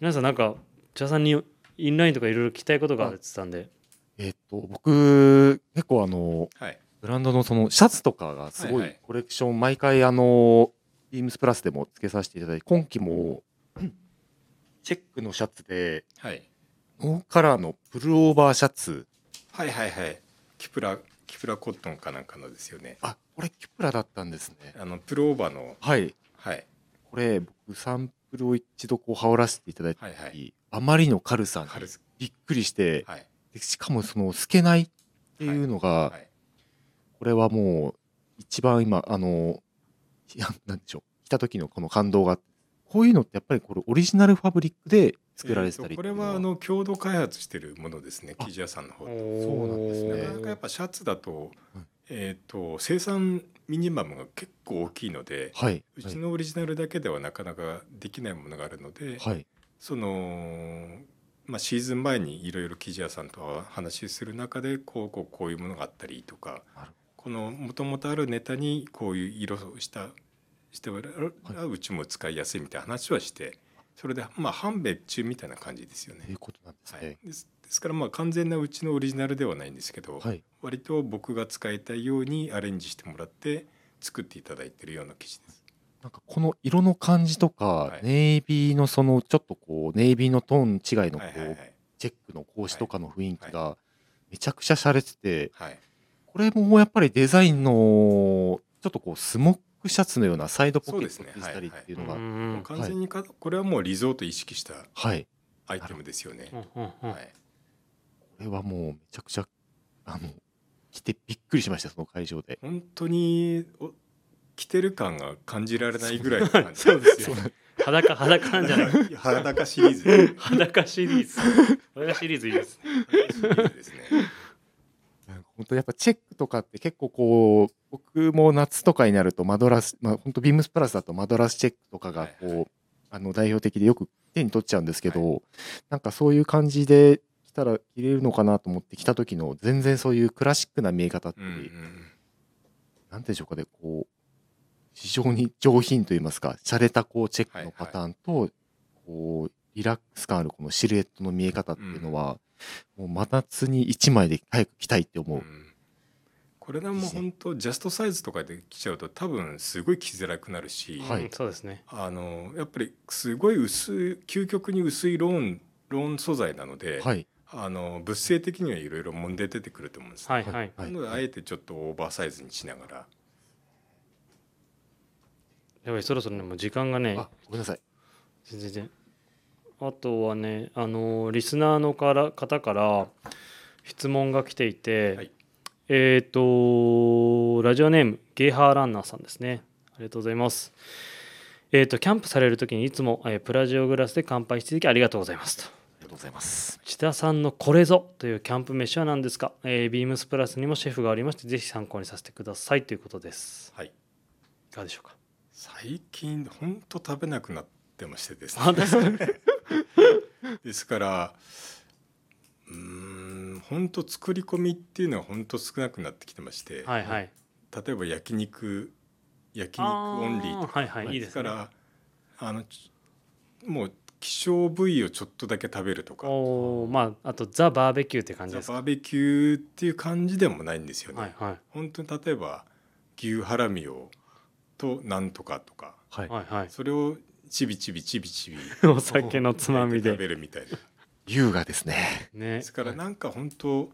S1: 皆さんなんか千田さんにインラインとかいろいろ聞きたいことがあるって言ってたんで
S2: えっと僕結構あの
S3: うんはい、
S2: ブランドのそのシャツとかがすご
S3: はいはい
S2: いコレクション、毎回あのビームスプラスでも付けさせていただいて今季 もチェックのシャツで
S3: はい、
S2: ノーカラーのプルオーバーシャツ
S3: はい、はい、はい、キプラ、キプラコットンかなんかのですよね。
S2: あこれキプラだったんですね
S3: あのプローバーの、
S2: はい
S3: はい、
S2: これ僕サンプルを一度こう羽織らせていただいた
S3: はい、は
S2: 時、
S3: い、
S2: あまりの軽さ
S3: カ
S2: に
S3: ルス、
S2: びっくりして、
S3: はい、
S2: でしかもその透けないっていうのが、
S3: はい、
S2: これはもう一番今あのいやなんでしょう来た時のこの感動がこういうのってやっぱりこれオリジナルファブリックで作られてた
S3: えー
S2: り
S3: と
S2: って
S3: こ
S2: い
S3: れ
S2: うの
S3: はあの共同開発してるものですね、
S2: あ
S3: 生地屋さんの方で。
S2: そうなんですね
S3: なかなかやっぱシャツだと、えっ、と生産ミニマムが結構大きいので、
S2: はい、
S3: うちのオリジナルだけではなかなかできないものがあるので、
S2: はい
S3: その、まあ、シーズン前にいろいろ生地屋さんと話しする中でこうこうこういうものがあったりとか
S2: なるほ
S3: このもともとあるネタにこういう色をしたしてもらう
S2: は
S3: うちも使いやすいみたいな話はしてそれでまあ半米中みたいな感じですよ
S2: とい
S3: ね。
S2: うことなんです
S3: はい、
S2: ね
S3: ですですからまあ完全なうちのオリジナルではないんですけど、
S2: はい、
S3: 割と僕が使いたいようにアレンジしてもらって作っていただいてるような生地です。
S2: なんかこの色の感じとか、
S3: い
S2: ネイビーのそのちょっとこうネイビーのトーン違いのこ
S3: は
S2: う、
S3: いはいはい
S2: チェックの格子とかの雰囲気がめちゃくちゃ洒落てて
S3: はい
S2: これもやっぱりデザインのちょっとこうスモックシャツのようなサイドポケット
S3: そうです
S2: に
S3: ね
S2: したりっていうのが
S1: う
S2: はい、
S1: んうん
S3: 完全にかこれはもうリゾート意識したアイテムですよね。
S1: うんうん
S3: はい
S2: これはもうめちゃくちゃあの着てびっくりしましたその会場で。
S3: 本当にお着てる感が感じられないぐらいの感じ
S1: そうです
S2: そう
S1: よ
S2: なんで
S1: 裸裸なんじゃない
S3: いや裸シリーズ
S1: 裸シリーズ裸シリーズいいですね
S3: 裸シリーズですね
S2: す本当やっぱチェックとかって結構こう僕も夏とかになるとマドラス、まあ、本当ビームスプラスだとマドラスチェックとかがこう、
S3: はいは
S2: あの代表的でよく手に取っちゃうんですけど、なんかそういう感じで来たら着れるのかなと思って来た時の全然そういうクラシックな見え方って、
S3: うんうん
S2: なんていうんでしょうかねこう非常に上品といいますか洒落たこうチェックのパターンと、こうリラックス感あるこのシルエットの見え方っていうのは、もう真夏に一枚で早く着たいって思う、
S3: うんこれでも本当ジャストサイズとかで来ちゃうと多分すごい着づらくなるし、
S2: はい
S1: うんそうですね。
S3: あのやっぱりすごい薄い究極に薄いローンローン素材なので、
S2: はい
S3: あの物性的にはいろいろ問題出てくると思うんですね、
S1: はいはい。
S2: はい
S3: なのであえてちょっとオーバーサイズにしながら
S1: やばい、そろそろね、もう時間がね、
S2: あごめんなさい
S1: 全然全然あとはねあのーリスナーのから方から質問が来ていて、
S3: はい
S1: えっ、とラジオネームゲーハーランナーさんですねありがとうございますえっ、とキャンプされる時にいつも、えープラジオグラスで乾杯していただきありがとうございますと
S2: ありがとうございます
S1: 千田さんのこれぞというキャンプ飯は何ですか、えービームスプラスにもシェフがありましてぜひ参考にさせてくださいということです
S3: はい
S1: いかがでし ょうか
S3: 最近本当食べなくなってましてです
S1: あ
S3: ね
S1: ですね
S3: ですからうーん本当作り込みっていうのは本当少なくなってきてまして、
S1: はいはい
S3: 例えば焼肉焼肉オンリーとか
S1: あはいはいいいで
S3: です
S1: すね
S3: からあのちもう希少部位をちょっとだけ食べるとか
S1: おおまああとザ・バーベキューって感じ
S3: ザ
S1: ですか
S3: バーベキューっていう感じでもないんですよね、
S1: はいはい
S3: 本当に例えば牛ハラミをとなんとかとか
S2: はい
S1: はい はい
S3: それをちびちびちびちび
S1: お酒のつまみ
S3: 食
S1: で
S3: べるみたいな
S2: 優雅ですね
S1: ね
S3: ですからなんか本当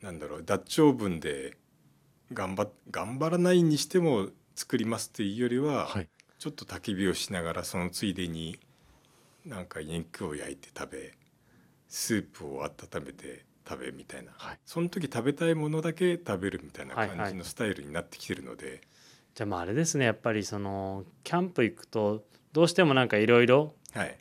S3: なんだろうダッチオーブンで頑張っ頑張らないにしても作りますっていうよりは、
S2: はい
S3: ちょっと焚き火をしながらそのついでになんか肉を焼いて食べスープを温めて食べみたいな、
S2: はい
S3: その時食べたいものだけ食べるみたいな
S1: はいはい
S3: 感じのスタイルになってきてるので、
S1: じゃあまああれですねやっぱりそのキャンプ行くとどうしてもなんかいろいろ
S3: はい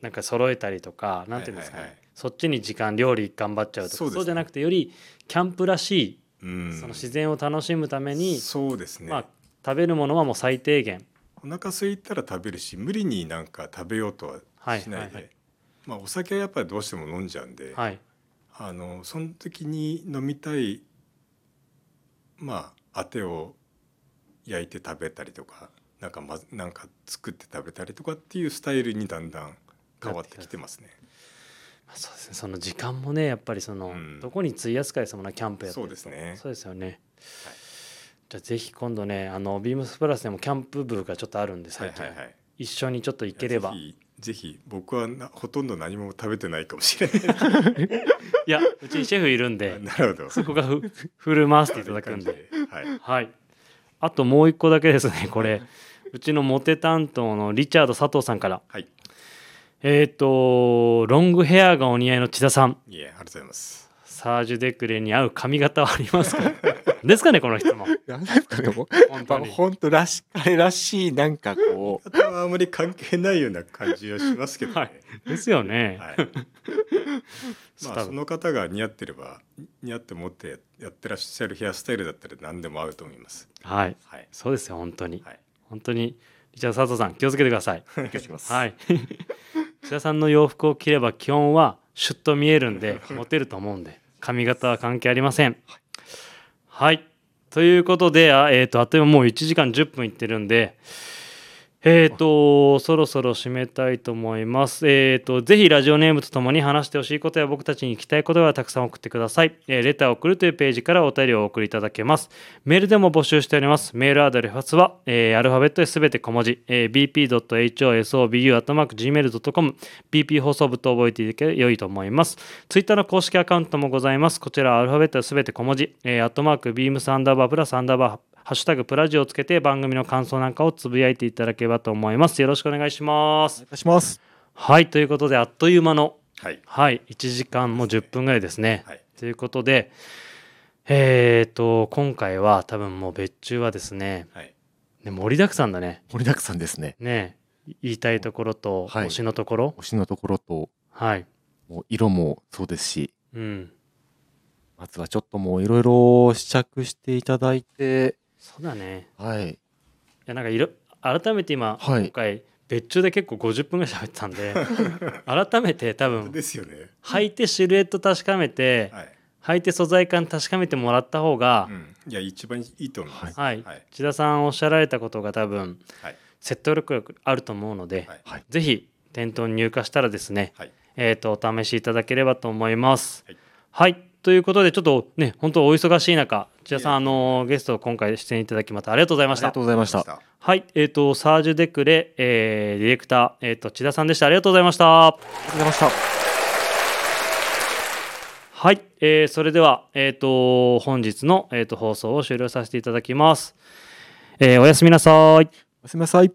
S1: なんか揃えたりとかなんていうんですかね、
S3: はいはいはい
S1: そっちに時間料理頑張っちゃうとかそ,、
S3: そううですね
S1: じゃなくてよりキャンプらし
S3: うん
S1: いその自然を楽しむために、
S3: そうですね、
S1: まあ食べるものはもう最低限
S3: お腹空いたら食べるし無理になんか食べようとはしな
S1: はい
S3: いで、
S1: はいはい
S3: まあ、お酒はやっぱりどうしても飲んじゃうんで、
S1: はい
S3: あのその時に飲みたいまああてを焼いて食べたりとかなんか,、まず、なんか作って食べたりとかっていうスタイルにだんだん変わってきてますね。
S1: まあそうですねその時間もねやっぱりその、
S3: うん
S1: どこに費やすかですもんねキャンプやって
S3: そ
S1: る
S3: う
S1: と
S3: ですね
S1: そうですよね。じゃあぜひ今度ねあのビームスプラスでもキャンプ部がちょっとあるんで
S3: はい
S1: 最近、
S3: はいはい。
S1: 一緒にちょっと行ければ
S3: ぜひぜひ僕はなほとんど何も食べてないかもしれない
S1: いやうちにシェフいるんで
S3: なるほど。
S1: そこがふ振る舞わせていただくん
S3: そう
S1: で
S3: いう感じではい。
S1: はいあともう一個だけです ねこれうちのモテ担当のリチャード佐藤さんから
S3: はい。
S1: えっ、とロングヘアがお似合いの千田さん
S3: いえありがとうございます。
S1: サージュデクレに合う髪型はありますか ですかねこの質問
S2: なんですかでも
S1: 本当
S2: 本
S1: に
S2: 当本当らし彼らしいなんかこ
S3: あとはあまり関係ないような感じはしますけどね。
S1: はいですよね、
S3: はい。
S1: そう
S3: まあその方が似合ってれば似合って持ってやってらっしゃるヘアスタイルだったら何でも合うと思います。
S1: はい
S3: はい。
S1: そうですよ本当に、
S3: はい。
S1: 本当にリチャード佐藤さん気をつけてください
S2: う気がします
S1: はい 千田さんの洋服を着れば基本はシュッと見えるんでモテると思うんで髪型は関係ありませんはいということであ,、えー、とあっという間もう1時間10分いってるんでえー、とそろそろ締めたいと思います。えー、とぜひラジオネームとともに話してほしいことや僕たちに聞きたいことがたくさん送ってください。えーレターを送るというページからお便りをお送りいただけます。メールでも募集しております。メールアドレスは、えーアルファベットですべて小文字、えー bp.hosobu.gmail.com、bp 放送部と覚えていただければ良いと思います。ツイッターの公式アカウントもございます。こちらアルファベットすべて小文字、えー、アットマーク、ビームスアンダーバープラスアンダーバー、ハッシュタグプラジオをつけて番組の感想なんかをつぶやいていただければと思います。よろしくお願いしま
S2: お
S1: す
S2: 願。いします
S1: はい、ということで、あっという間の、
S3: はい。
S1: はい、1時間も10分ぐらいですね。
S3: はい。
S1: ということで、えーと、今回は多分もう別注はですね、
S3: はい。
S1: ね盛りだくさんだね。
S2: 盛りだくさんですね
S1: ね言いたいところと、
S2: はい
S1: 推しのところ。
S2: 推しのところと
S1: はい。
S2: もう色もそうですし
S1: うん。
S2: ままずはちょっともういろいろ試着していただいて、
S1: そうだね
S2: はい。
S1: いやなんかいろ改めて今、
S2: はい
S1: 今回別注で結構50分ぐらい喋ってたんで改めて多
S3: 本当
S1: 分
S3: ですよね。
S1: 履いてシルエット確かめて
S3: はい。
S1: 履いて素材感確かめてもらった方が
S3: う、ん。いや一番いいと思います。
S1: はい
S3: はい。
S1: 千田さんおっしゃられたことが多分
S3: はい。
S1: 説得力あると思うので、
S3: はい
S2: はい
S1: ぜひ店頭に入荷したらですね、
S3: はい。
S1: えー、とお試しいただければと思います。
S3: はい
S1: はい、ということでちょっとね本当お忙しい中千田さん
S3: いえ
S1: あのゲストを今回出演いただきまたありがとうございま
S2: あ
S1: し
S2: り
S1: た
S2: がと。うございました。
S3: あ
S1: はい、えっ、と、サージュデクレ、えーディレクター、えっ、と、千田さんでした。ありがとうございました。
S2: ありがとうございました。
S1: はい、えーそれでは、えっ、と、本日の、えー、と放送を終了させていただきます。えーおやすみなさい。
S2: おやすみなさい。